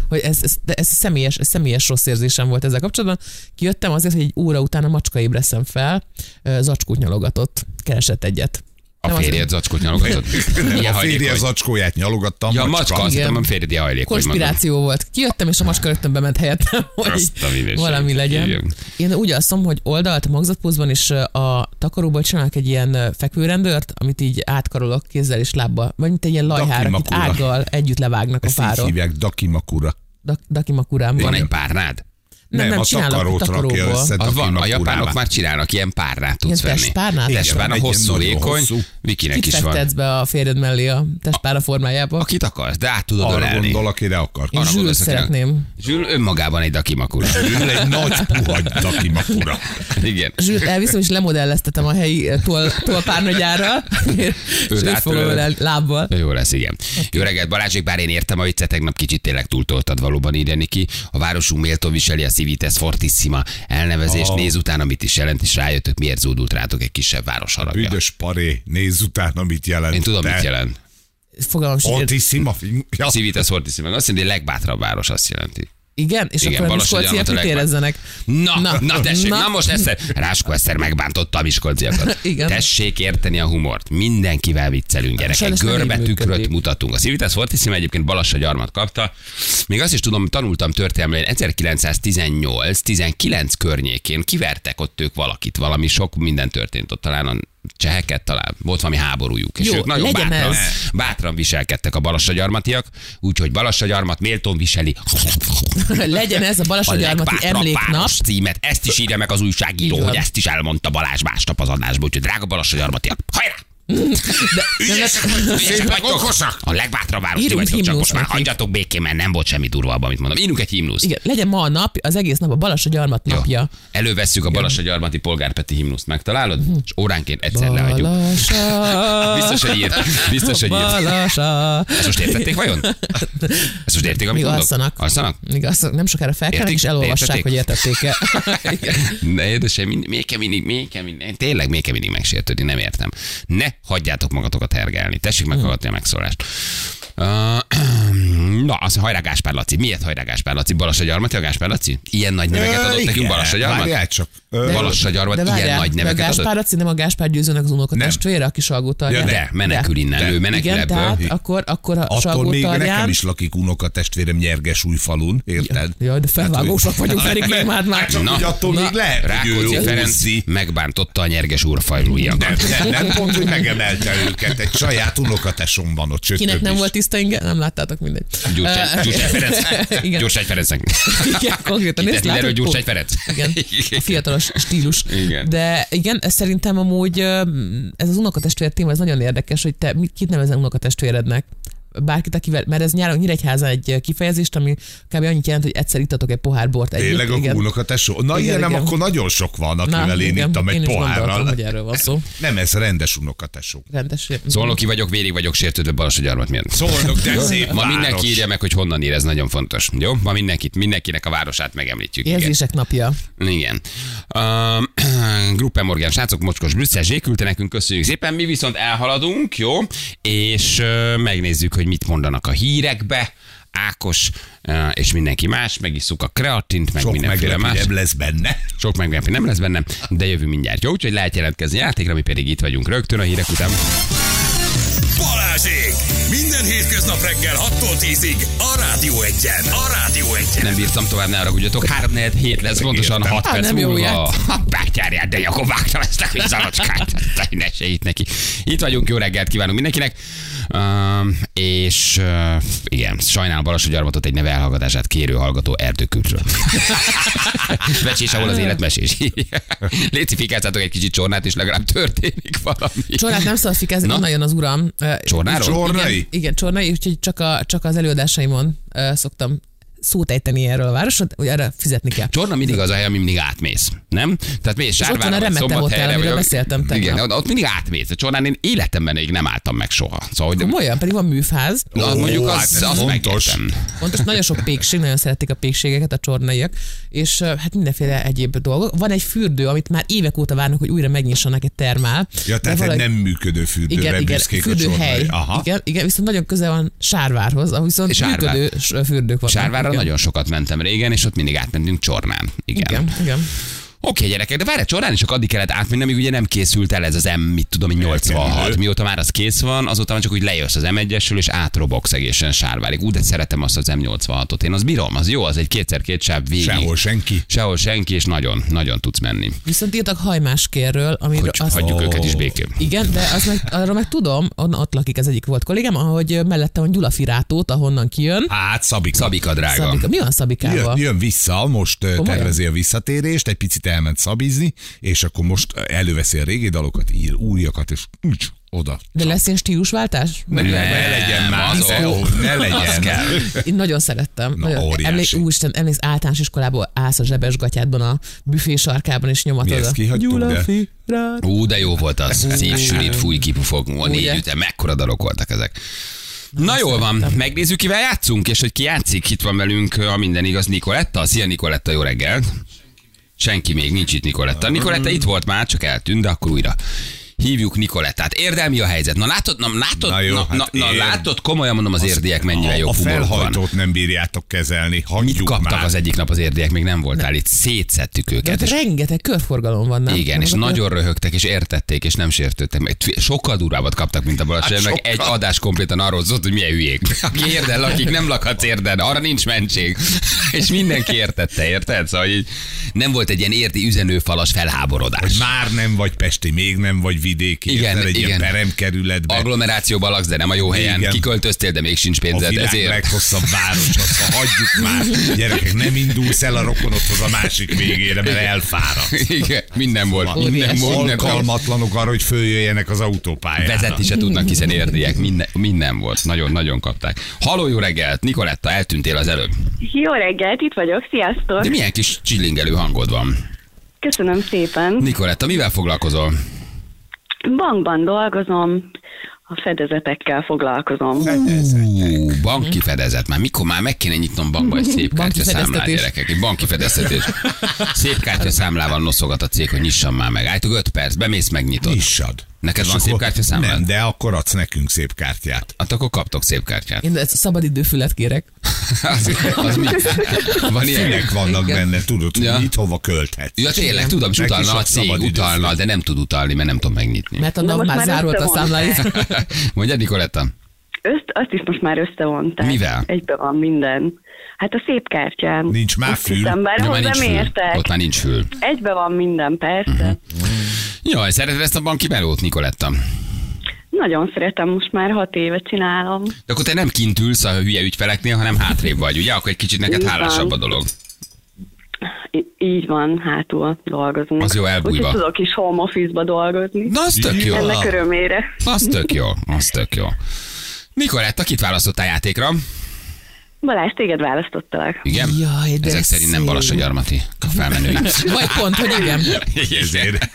Speaker 4: hogy ez, ez, de ez személyes, ez személyes rossz érzésem volt ezzel kapcsolatban. Kijöttem azért, hogy egy óra után a macska ébreszem fel, ö, zacskót nyalogatott, keresett egyet.
Speaker 2: A
Speaker 4: Nem az-
Speaker 2: férjed zacskót nyalogatott? Milyen
Speaker 3: Nem, a férje
Speaker 2: hajlékony?
Speaker 3: az acskóját nyalogattam.
Speaker 2: Ja, macska, azt
Speaker 4: Igen.
Speaker 2: hittem, a férjed hajlékony.
Speaker 4: Konspiráció volt. Kijöttem, és a macska rögtön bement helyettem, [LAUGHS] hogy
Speaker 2: Azt a mindenségét.
Speaker 4: valami legyen.
Speaker 2: Igen.
Speaker 4: Én úgy alszom, hogy oldalt magzatpózban, és ö, a takaróból csinálok egy ilyen ö, fekvőrendőrt, amit így átkarolok kézzel és lábbal. Vagy mint egy ilyen lajhár, akit
Speaker 3: Dakimakura.
Speaker 4: ággal együtt levágnak a
Speaker 3: Ezt így
Speaker 4: fáról.
Speaker 3: hívják Dakimakura.
Speaker 4: Dak- Dakimakurám
Speaker 2: Van
Speaker 4: van.
Speaker 2: egy párnád?
Speaker 4: Nem, nem,
Speaker 3: a
Speaker 4: csinálok a
Speaker 3: takarót rakja
Speaker 4: takaróból.
Speaker 3: össze
Speaker 2: Az van, a japánok
Speaker 3: Dakimakurává.
Speaker 2: már csinálnak, ilyen párnát
Speaker 4: Ilyen
Speaker 2: tudsz venni.
Speaker 4: testpárnát? Igen,
Speaker 2: Testpárna
Speaker 3: van egy
Speaker 2: hosszú,
Speaker 3: nagyon
Speaker 2: lékony,
Speaker 3: hosszú.
Speaker 2: vikinek
Speaker 4: Kit
Speaker 2: is van.
Speaker 4: fektetsz be a férjed mellé a testpára formájába?
Speaker 2: Akit akarsz, de át tudod
Speaker 3: Arra
Speaker 2: ölelni.
Speaker 3: gondol, akire akar.
Speaker 4: Én
Speaker 2: arra
Speaker 4: zsűröt
Speaker 2: gondolsz, akinek-
Speaker 4: szeretném.
Speaker 2: Zsül önmagában egy
Speaker 3: [LAUGHS]
Speaker 2: dakimakura.
Speaker 3: Ül egy nagy puha Dakimakura.
Speaker 2: Igen.
Speaker 4: Zsűrt elviszem, és lemodelleztetem a helyi eh, tol, tolpárnagyára, és így fogom
Speaker 2: átöleled?
Speaker 4: el lábbal.
Speaker 2: Jó lesz, igen. Jó reggelt, Balázsék, bár én értem a viccet, tegnap kicsit tényleg túltoltad valóban ide, Niki. A városunk méltó viseli a Civitas Fortissima elnevezést.
Speaker 3: Ah.
Speaker 2: Néz utána, mit is jelent, és rájöttök, miért zúdult rátok egy kisebb város haragja.
Speaker 3: Üdös paré, nézz utána, mit jelent.
Speaker 2: Én tudom,
Speaker 3: Te
Speaker 2: mit jelent.
Speaker 4: Fogalmam sincs.
Speaker 3: Antissima. Ja,
Speaker 2: Civitas Fortissima, azt jelenti, legbátrabb város, azt jelenti.
Speaker 4: Igen, és
Speaker 2: Igen,
Speaker 4: Igen, akkor a
Speaker 2: Balassi
Speaker 4: miskolciak
Speaker 2: Gyarmat a
Speaker 4: mit
Speaker 2: legmag- [LAUGHS]
Speaker 4: érezzenek?
Speaker 2: Na, na, na tessék, na, na most Eszter, Ráskó Eszter megbántotta a miskolciakat.
Speaker 4: [LAUGHS] Igen.
Speaker 2: Tessék érteni a humort, mindenkivel viccelünk, gyerekek,
Speaker 4: Sajnos nem így
Speaker 2: görbetükröt
Speaker 4: működik.
Speaker 2: mutatunk. A Civitas Fortissima egyébként Balassa gyarmat kapta. Még azt is tudom, tanultam történelmén, 1918-19 környékén kivertek ott ők valakit, valami sok minden történt ott, talán a cseheket talán, volt valami háborújuk, és
Speaker 4: Jó,
Speaker 2: ők nagyon
Speaker 4: legyen
Speaker 2: bátran,
Speaker 4: ez.
Speaker 2: bátran viselkedtek a Balassa gyarmatiak, úgyhogy Balassa gyarmat méltón
Speaker 4: [LAUGHS]
Speaker 2: viseli
Speaker 4: Legyen ez a
Speaker 2: a
Speaker 4: Balassagyarmati
Speaker 2: legbátrabb
Speaker 4: emléknap.
Speaker 2: páros címet. Ezt is írja meg az újságíró,
Speaker 4: Így van.
Speaker 2: hogy ezt is elmondta Balázs másnap az adásból, úgyhogy drága Balázs a gyarmatiak,
Speaker 4: [LAUGHS]
Speaker 2: hajrá! Ügyesek vagytok, ügyesek vagytok. A legbátrabb város ti
Speaker 4: Írjunk
Speaker 2: vagytok, csak most
Speaker 4: himnuszt
Speaker 2: már
Speaker 4: nekik.
Speaker 2: hagyjatok békén, mert nem volt semmi durvább, amit mondom. Írunk egy himnuszt.
Speaker 4: Igen, legyen ma a nap, az egész nap a Balassagyarmat
Speaker 2: Jó.
Speaker 4: napja.
Speaker 2: Elővesszük a Balassa gyarmati polgárpeti himnuszt, megtalálod? És óránként egyszer leadjuk.
Speaker 4: Balassa,
Speaker 2: Biztos, hogy írt. Biztos, hogy írt.
Speaker 4: Balassa.
Speaker 2: Ezt most értették
Speaker 4: [LAUGHS]
Speaker 2: vajon? Ezt most érték, amit
Speaker 4: Még
Speaker 2: mondok?
Speaker 4: alszanak.
Speaker 2: Alszanak?
Speaker 4: Igaz, nem sokára felkelnek,
Speaker 2: Értik?
Speaker 4: és elolvassák,
Speaker 2: Értették?
Speaker 4: hogy
Speaker 2: [LAUGHS]
Speaker 4: értették-e. Igen.
Speaker 2: Ne édesem, mind, miért kell mindig, miért kell mindig, tényleg miért kell mindig megsértődni, nem értem. Ne hagyjátok magatokat hergelni, tessék meghallgatni a megszólást. Uh, [CLEARS THROAT] na, azt hajrá Gáspár Laci. Miért hajrá Gáspár Laci? Balassa Gyarmati a Gáspár Laci? Ilyen nagy neveket adott
Speaker 3: igen.
Speaker 2: nekünk Balassa Gyarmat?
Speaker 3: Várjál csak. Ö,
Speaker 2: De- Balassa gyarmat ilyen nagy
Speaker 4: de
Speaker 2: neveket
Speaker 4: a
Speaker 2: adott?
Speaker 4: Gáspár Laci nem a Gáspár győzőnek az unokatestvére, aki
Speaker 3: Ja,
Speaker 4: Salgótarján.
Speaker 2: De, menekül innen, ő menekül
Speaker 4: Igen, tehát
Speaker 2: ebből.
Speaker 4: akkor, akkor a
Speaker 3: Attól még nekem
Speaker 4: Salgótarján...
Speaker 3: is lakik unoka testvérem nyerges újfalun, érted?
Speaker 4: Jaj, de felvágósak vagyunk, Feri, még már már.
Speaker 3: Csak
Speaker 2: Hát, Na.
Speaker 3: úgy attól még lehet, hogy ő
Speaker 2: Rákóczi
Speaker 3: jó
Speaker 2: Ferenc
Speaker 3: húzi.
Speaker 2: megbántotta a nyerges úrfajlújakat.
Speaker 3: Nem, nem, nem, pont, hogy megemelte őket. Egy saját unokatesom van ott, sőt
Speaker 4: Kinek
Speaker 3: több
Speaker 4: nem
Speaker 3: is.
Speaker 4: volt tiszta inge? Nem láttátok, mindegy.
Speaker 2: Gyurcsány
Speaker 4: Ö, [LAUGHS]
Speaker 2: Gyurcsány Ferenc.
Speaker 4: Igen.
Speaker 2: Gyurcsány Ferencnek.
Speaker 4: Igen, konkrétan
Speaker 2: Itt
Speaker 4: ezt
Speaker 2: mindenről
Speaker 4: látod,
Speaker 2: Gyurcsány
Speaker 4: ó.
Speaker 2: Ferenc.
Speaker 3: [LAUGHS]
Speaker 4: Igen, a fiatalos stílus.
Speaker 2: Igen.
Speaker 4: De igen, ez szerintem amúgy ö, ez az unokatestvér téma, ez nagyon érdekes, hogy te mit, kit nevezel unokatestvérednek? Bárkit, akivel, mert ez nyáron Nyíregyházán egy kifejezést, ami kb. annyit jelent, hogy egyszer ittatok egy pohár bort együtt.
Speaker 3: Tényleg a unokatesom? Na
Speaker 4: Igen,
Speaker 3: ilyen nem,
Speaker 4: igen.
Speaker 3: akkor nagyon sok van, akivel én
Speaker 4: igen,
Speaker 3: ittam egy
Speaker 4: én is gondoltam,
Speaker 3: pohárral.
Speaker 4: hogy erről van szó.
Speaker 3: Nem, ez rendes unokatesom.
Speaker 4: Rendes.
Speaker 2: Szolnoki vagyok, vérig vagyok sértődve Balassa gyarmat miatt.
Speaker 3: Szólnok, de szép
Speaker 2: Ma
Speaker 3: város.
Speaker 2: mindenki írja meg, hogy honnan ír, ez nagyon fontos. Jó? Ma mindenkit, mindenkinek a városát megemlítjük. Igen.
Speaker 4: Érzések napja.
Speaker 2: Igen. Um, [CLEARS THROAT] Gruppe Morgan, srácok, mocskos Brüsszel Zsé küldte nekünk, köszönjük szépen. Mi viszont elhaladunk, jó? És uh, megnézzük, hogy mit mondanak a hírekbe. Ákos uh, és mindenki más, megisszuk a kreatint, meg
Speaker 3: Sok
Speaker 2: mindenféle más.
Speaker 3: meglepőbb lesz benne.
Speaker 2: Sok meglepő nem lesz bennem, de jövő mindjárt. Jó, úgyhogy lehet jelentkezni játékra, mi pedig itt vagyunk rögtön a hírek után.
Speaker 1: Balázsék! Minden hétköznap reggel 6-tól 10-ig a Rádió egyen. A Rádió egyen.
Speaker 2: Nem bírtam tovább, ne haragudjatok. 3 4 7 lesz, pontosan
Speaker 3: Értem.
Speaker 2: 6
Speaker 4: Á,
Speaker 2: perc
Speaker 4: nem jó
Speaker 2: múlva.
Speaker 4: játék.
Speaker 2: Ha, Bátyárját, de akkor vágtam ezt a kis zalocskát. Te Ne segít neki. Itt vagyunk, jó reggelt kívánunk mindenkinek. Um, és uh, igen, sajnálom Balas, hogy Armatot egy neve elhallgatását kérő hallgató erdőkültről.
Speaker 4: [LAUGHS]
Speaker 2: Mesés, ahol az élet mesés. Léci, fikázzátok egy kicsit csornát, és legalább történik valami.
Speaker 4: Csornát nem szabad fikázni,
Speaker 2: Na?
Speaker 4: onnan jön az uram. Ö,
Speaker 2: Csornáról?
Speaker 3: Csornai?
Speaker 4: Igen, igen csornai, úgyhogy csak, a, csak az előadásaimon uh, szoktam szót ejteni erről a városról, hogy erre fizetni kell.
Speaker 2: Csorna mindig az a hely, ami mindig átmész, nem? Tehát mész
Speaker 4: ott van
Speaker 2: Sárvára,
Speaker 4: a
Speaker 2: vagy
Speaker 4: Remete
Speaker 2: Szombathelyre,
Speaker 4: Hotel,
Speaker 2: vagy
Speaker 4: amiről
Speaker 2: a-
Speaker 4: beszéltem tegnap.
Speaker 2: Igen, ott- ott mindig átmész. A Csornán én életemben még nem álltam meg soha. Szóval, hogy
Speaker 4: Komolyan, pedig van műfáz.
Speaker 2: Na,
Speaker 3: Ó,
Speaker 2: mondjuk
Speaker 3: hát
Speaker 2: az,
Speaker 3: ez
Speaker 2: az
Speaker 3: fontos.
Speaker 2: megértem.
Speaker 4: Pontos, nagyon sok pékség, nagyon szeretik a pékségeket a csornaiak, és ö, hát mindenféle egyéb dolgok. Van egy fürdő, amit már évek óta várnak, hogy újra megnyissanak egy termál.
Speaker 3: Ja,
Speaker 4: De
Speaker 3: tehát egy
Speaker 4: valahogy-
Speaker 3: nem működő
Speaker 4: igen,
Speaker 3: fürdőre
Speaker 4: igen,
Speaker 3: büszkék a csornai.
Speaker 4: fürdőhely.
Speaker 3: Aha.
Speaker 4: Igen, igen, viszont nagyon közel van Sárvárhoz, ahol viszont
Speaker 2: Sárvár.
Speaker 4: működő s- fürdők vannak.
Speaker 2: Sárvára
Speaker 4: igen.
Speaker 2: nagyon sokat mentem régen, és ott mindig átmentünk Csornán. Igen.
Speaker 4: Igen, igen.
Speaker 2: Oké, gyerekek, de várj, során is csak addig kellett átmenni, amíg ugye nem készült el ez az M, mit tudom én, 86. Mióta már az kész van, azóta már csak úgy lejössz az M1-esről, és átrobogsz egészen sárválig. Ú, de szeretem azt az M86-ot. Én az bírom, az jó, az egy kétszer-két sáv végig.
Speaker 3: Sehol senki.
Speaker 2: Sehol senki, és nagyon, nagyon tudsz menni.
Speaker 4: Viszont írtak hajmáskérről, amiről
Speaker 2: Hogy
Speaker 4: azt...
Speaker 2: hagyjuk őket is békén.
Speaker 4: Igen, de az meg, arra meg tudom, on, ott lakik ez egyik volt kollégám, ahogy mellette van Gyulafirátót, ahonnan kijön.
Speaker 3: Hát, Szabika.
Speaker 2: Szabika drága.
Speaker 4: Szabika. Mi van
Speaker 3: Jön,
Speaker 4: Szabikával?
Speaker 3: jön vissza, most ö,
Speaker 4: Komolyan?
Speaker 3: tervezi a visszatérést, egy picit elment szabizni, és akkor most előveszi a régi dalokat, ír újakat, és úgy oda.
Speaker 4: De lesz ilyen stílusváltás?
Speaker 3: Ne, ne legyen már,
Speaker 2: az
Speaker 3: ne,
Speaker 2: ok.
Speaker 3: ne
Speaker 2: Az
Speaker 3: legyen.
Speaker 2: kell.
Speaker 4: Én nagyon szerettem.
Speaker 3: Na,
Speaker 4: nagyon.
Speaker 3: óriási.
Speaker 4: úristen, emléksz, általános iskolából állsz a zsebes gatyádban a büfé sarkában, és
Speaker 3: Mi
Speaker 4: nyomatod
Speaker 3: ezt
Speaker 4: a
Speaker 3: kihagytuk, de-
Speaker 4: Gyulafirátó.
Speaker 2: Ú, de jó volt az. Szívsűrít, fúj, kipufog, a négy
Speaker 4: Ugye?
Speaker 2: ütem. Mekkora dalok voltak ezek. Na jól van, megnézzük, kivel játszunk, és hogy ki játszik. Itt van velünk, a minden igaz, Nikoletta. Szia Nikoletta, jó reggelt. Senki még nincs itt Nikoletta. Nikoletta itt volt már, csak eltűnt, de akkor újra. Hívjuk Nikolettát. Érdemi a helyzet. Na látod, na látod, na,
Speaker 3: Na jó,
Speaker 2: na,
Speaker 3: hát
Speaker 2: na, na
Speaker 3: ér-
Speaker 2: látod, komolyan mondom, az érdiek mennyire jó
Speaker 3: a, a
Speaker 2: humoruk van.
Speaker 3: felhajtót nem bírjátok kezelni,
Speaker 2: Mit
Speaker 3: hagyjuk
Speaker 2: kaptak
Speaker 3: már.
Speaker 2: az egyik nap az érdiek, még nem voltál itt, szétszettük
Speaker 4: De ott
Speaker 2: őket. Hát és
Speaker 4: rengeteg körforgalom van. nem?
Speaker 2: igen,
Speaker 4: Nem
Speaker 2: és
Speaker 4: az a-
Speaker 2: nagyon röhögtek, és értették, és nem sértődtek meg. Tvi- Sokkal durvábbat kaptak, mint a baleset,
Speaker 3: Hát
Speaker 2: meg
Speaker 3: sokkal.
Speaker 2: egy adás komplétan arról szólt, hogy milyen hülyék. Aki érden lakik, nem lakhatsz érden, arra nincs mentség. [LAUGHS] és mindenki értette, érted? Szóval hogy így nem volt egy ilyen érti üzenőfalas felháborodás.
Speaker 3: Hogy már nem vagy Pesti, még nem vagy vidéki,
Speaker 2: Igen,
Speaker 3: igen, egy
Speaker 2: igen.
Speaker 3: ilyen peremkerületben.
Speaker 2: Agglomerációban laksz, de nem a jó helyen.
Speaker 3: Igen.
Speaker 2: Kiköltöztél, de még sincs
Speaker 3: a
Speaker 2: pénzed.
Speaker 3: világ
Speaker 2: Ezért
Speaker 3: leghosszabb városa, szóval hagyjuk már. Gyerekek, nem indulsz el a rokonodhoz a másik végére, mert elfárad.
Speaker 2: [LAUGHS] igen, minden volt.
Speaker 3: Szóval-
Speaker 2: Minden
Speaker 4: Óriási.
Speaker 2: volt. Minden volt.
Speaker 3: Alkalmatlanok arra, hogy följöjjenek az autópályára.
Speaker 2: Vezetni se tudnak, hiszen érdiek. Minden, minden volt. Nagyon-nagyon kapták. Haló, jó reggelt! Nikoletta, eltűntél az előbb.
Speaker 5: Jó reggelt, itt vagyok, sziasztok!
Speaker 2: De milyen kis csillingelő hangod van.
Speaker 5: Köszönöm szépen.
Speaker 2: Nikoletta, mivel foglalkozol?
Speaker 5: Bankban dolgozom, a fedezetekkel foglalkozom.
Speaker 2: Ú, banki fedezet. Már mikor már meg kéne nyitnom bankba egy szép
Speaker 4: Banki
Speaker 2: kártya számlát,
Speaker 4: fedeztetés.
Speaker 2: gyerekek. Egy banki fedeztetés. Szép kártya számlával noszogat a cég, hogy nyissam már meg. Állítok 5 perc, bemész, megnyitod.
Speaker 3: Nyissad.
Speaker 2: Neked
Speaker 3: És
Speaker 2: van
Speaker 3: akkor-
Speaker 2: szép kártyaszámlád?
Speaker 3: Nem, de akkor adsz nekünk szép kártyát.
Speaker 2: Hát akkor kaptok szép kártyát.
Speaker 4: Én ezt szabadidőfület kérek.
Speaker 2: [LAUGHS] Az,
Speaker 4: [LAUGHS]
Speaker 2: az mi? Van ilyen?
Speaker 3: Fülek vannak
Speaker 4: Igen.
Speaker 3: benne, tudod,
Speaker 2: Ja.
Speaker 3: ja. mit hova költhetsz.
Speaker 2: Ja tényleg, tudom, és
Speaker 3: Neki
Speaker 2: utalna
Speaker 3: sok
Speaker 2: a cég,
Speaker 3: szabad idő.
Speaker 2: utalna, de nem tud utalni, mert nem tudom megnyitni.
Speaker 4: Mert a
Speaker 5: Na
Speaker 4: nap
Speaker 5: most
Speaker 4: már
Speaker 5: már
Speaker 4: zárolt a
Speaker 5: összevonták.
Speaker 2: [LAUGHS]
Speaker 4: számláit.
Speaker 2: Mondja Nikoletta.
Speaker 5: Öszt, azt is most már összevonták.
Speaker 2: Mivel?
Speaker 5: Egybe van minden. Hát a szép kártyán.
Speaker 3: Nincs már
Speaker 5: Azt
Speaker 3: fül?
Speaker 5: Hiszem, bár
Speaker 2: Ja, már
Speaker 5: hozzám
Speaker 2: nincs fül.
Speaker 5: értek.
Speaker 2: Ott már Mhm. nincs fül.
Speaker 5: Egybe van minden, persze.
Speaker 2: Jaj, szereted ezt a banki melót, Nikoletta?
Speaker 5: Nagyon szeretem, most már hat éve csinálom.
Speaker 2: De akkor te nem kint ülsz a hülye ügyfeleknél, hanem hátrébb vagy, ugye? Akkor egy kicsit neked
Speaker 5: Így
Speaker 2: hálásabb a
Speaker 5: van.
Speaker 2: dolog.
Speaker 5: I- így van, hátul dolgozunk.
Speaker 2: Az jó, elbújva.
Speaker 5: Úgyhogy tudok is home office-ba dolgozni.
Speaker 2: Na, az tök jó.
Speaker 5: Ennek örömére.
Speaker 2: Az tök jó, az tök jó. Nikoletta, kit választottál játékra?
Speaker 5: Balázs, téged választottalak.
Speaker 2: Igen?
Speaker 4: Jaj, de
Speaker 2: Ezek szerint nem
Speaker 4: szép.
Speaker 2: Balassa Gyarmati a
Speaker 4: [LAUGHS]
Speaker 2: felmenői.
Speaker 4: Vagy pont, hogy igen.
Speaker 2: Ezért.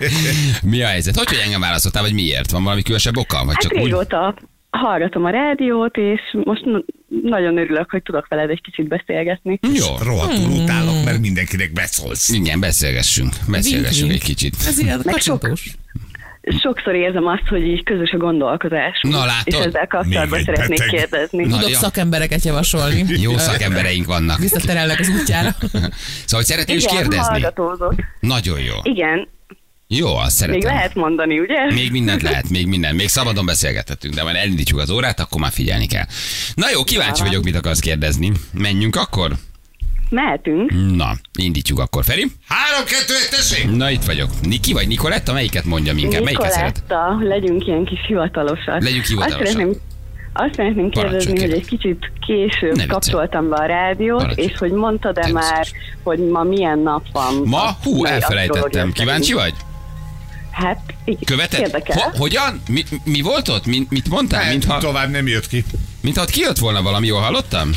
Speaker 2: Mi a helyzet? Hogy, hogy engem választottál, vagy miért? Van valami különösebb oka? Vagy
Speaker 5: Hát
Speaker 2: csak úgy?
Speaker 5: régóta hallgatom a rádiót, és most n- nagyon örülök, hogy tudok veled egy kicsit beszélgetni.
Speaker 2: Jó.
Speaker 3: Rohadtul
Speaker 5: Hmm.
Speaker 3: utálok, mert mindenkinek beszólsz.
Speaker 2: Igen, beszélgessünk. Beszélgessünk egy
Speaker 4: Vink,
Speaker 2: kicsit.
Speaker 4: Ez ilyen
Speaker 5: Meg sok-
Speaker 4: kacsintós.
Speaker 5: Sokszor érzem azt, hogy így közös a gondolkozás.
Speaker 2: Na, látod?
Speaker 5: És ezzel kapcsolatban
Speaker 3: Még egy
Speaker 5: szeretnék
Speaker 3: beteg.
Speaker 5: kérdezni.
Speaker 2: Na,
Speaker 4: Tudok
Speaker 2: ja.
Speaker 4: szakembereket javasolni.
Speaker 2: [LAUGHS] Jó szakembereink vannak.
Speaker 4: Visszaterelnek az útjára.
Speaker 2: Szóval, hogy szeretnél is
Speaker 5: Igen,
Speaker 2: kérdezni?
Speaker 5: hallgatózok.
Speaker 2: Nagyon jó.
Speaker 5: Igen,
Speaker 2: Jó, azt
Speaker 5: még
Speaker 2: szeretem.
Speaker 5: lehet mondani, ugye?
Speaker 2: Még mindent lehet, még minden. Még szabadon beszélgethetünk, de már elindítjuk az órát, akkor már figyelni kell. Na jó, kíváncsi vagyok, mit akarsz kérdezni. Menjünk akkor?
Speaker 5: Mehetünk.
Speaker 2: Na, indítjuk akkor. Feri?
Speaker 3: Három, kettő, egy, tessék!
Speaker 2: Na itt vagyok. Niki vagy Nikoletta? Melyiket mondjam inkább? Melyiket szeret?
Speaker 5: Nikoletta, legyünk ilyen kis hivatalosak.
Speaker 2: Legyünk hivatalosak.
Speaker 5: Azt szeretném, azt szeretném
Speaker 2: Parancsolj,
Speaker 5: kérdezni, hogy
Speaker 2: kérlek.
Speaker 5: egy kicsit később
Speaker 2: Ne viccelj.
Speaker 5: kapcsoltam be a rádiót,
Speaker 2: Parancsolj.
Speaker 5: és hogy mondtad-e
Speaker 2: Természetesen.
Speaker 5: már, hogy ma milyen nap van?
Speaker 2: Ma?
Speaker 5: a
Speaker 2: Hú,
Speaker 5: mai asztrológia
Speaker 2: elfelejtettem.
Speaker 5: szerint?
Speaker 2: Kíváncsi vagy?
Speaker 5: Hát, igen.
Speaker 2: Követed?
Speaker 5: Érdekel.
Speaker 2: hogyan? Mi, mi volt ott? Mi, mit
Speaker 3: Hát,
Speaker 2: mondtál? Mintha,
Speaker 3: Tovább nem jött ki.
Speaker 2: mintha ott kijött volna valami, jól hallottam?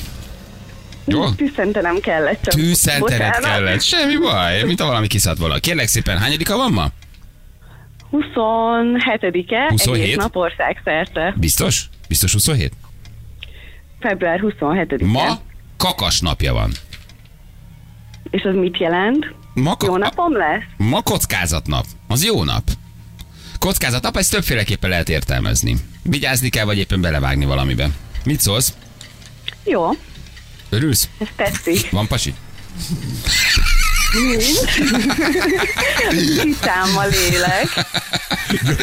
Speaker 2: Jó?
Speaker 5: Tűszentenem kellett. Csak
Speaker 2: Tűszentered
Speaker 5: Bocsánat.
Speaker 2: kellett. Semmi baj, mint ha valami kiszállt volna. Kérlek szépen, hányadika van ma?
Speaker 5: 27-e,
Speaker 2: 27?
Speaker 5: egész nap országszerte.
Speaker 2: Biztos? Biztos 27?
Speaker 5: Február 27-e.
Speaker 2: Ma kakas napja van.
Speaker 5: És az mit jelent?
Speaker 2: Ma,
Speaker 5: Jó
Speaker 2: ka-
Speaker 5: napom lesz?
Speaker 2: ma kockázatnap. Az jó nap. Kockázatnap, ezt többféleképpen lehet értelmezni. Vigyázni kell, vagy éppen belevágni valamibe. Mit szólsz?
Speaker 5: Jó,
Speaker 2: Örülsz?
Speaker 5: ez tetszik.
Speaker 2: Van pasi?
Speaker 5: Titámmal
Speaker 2: [LAUGHS]
Speaker 5: élek.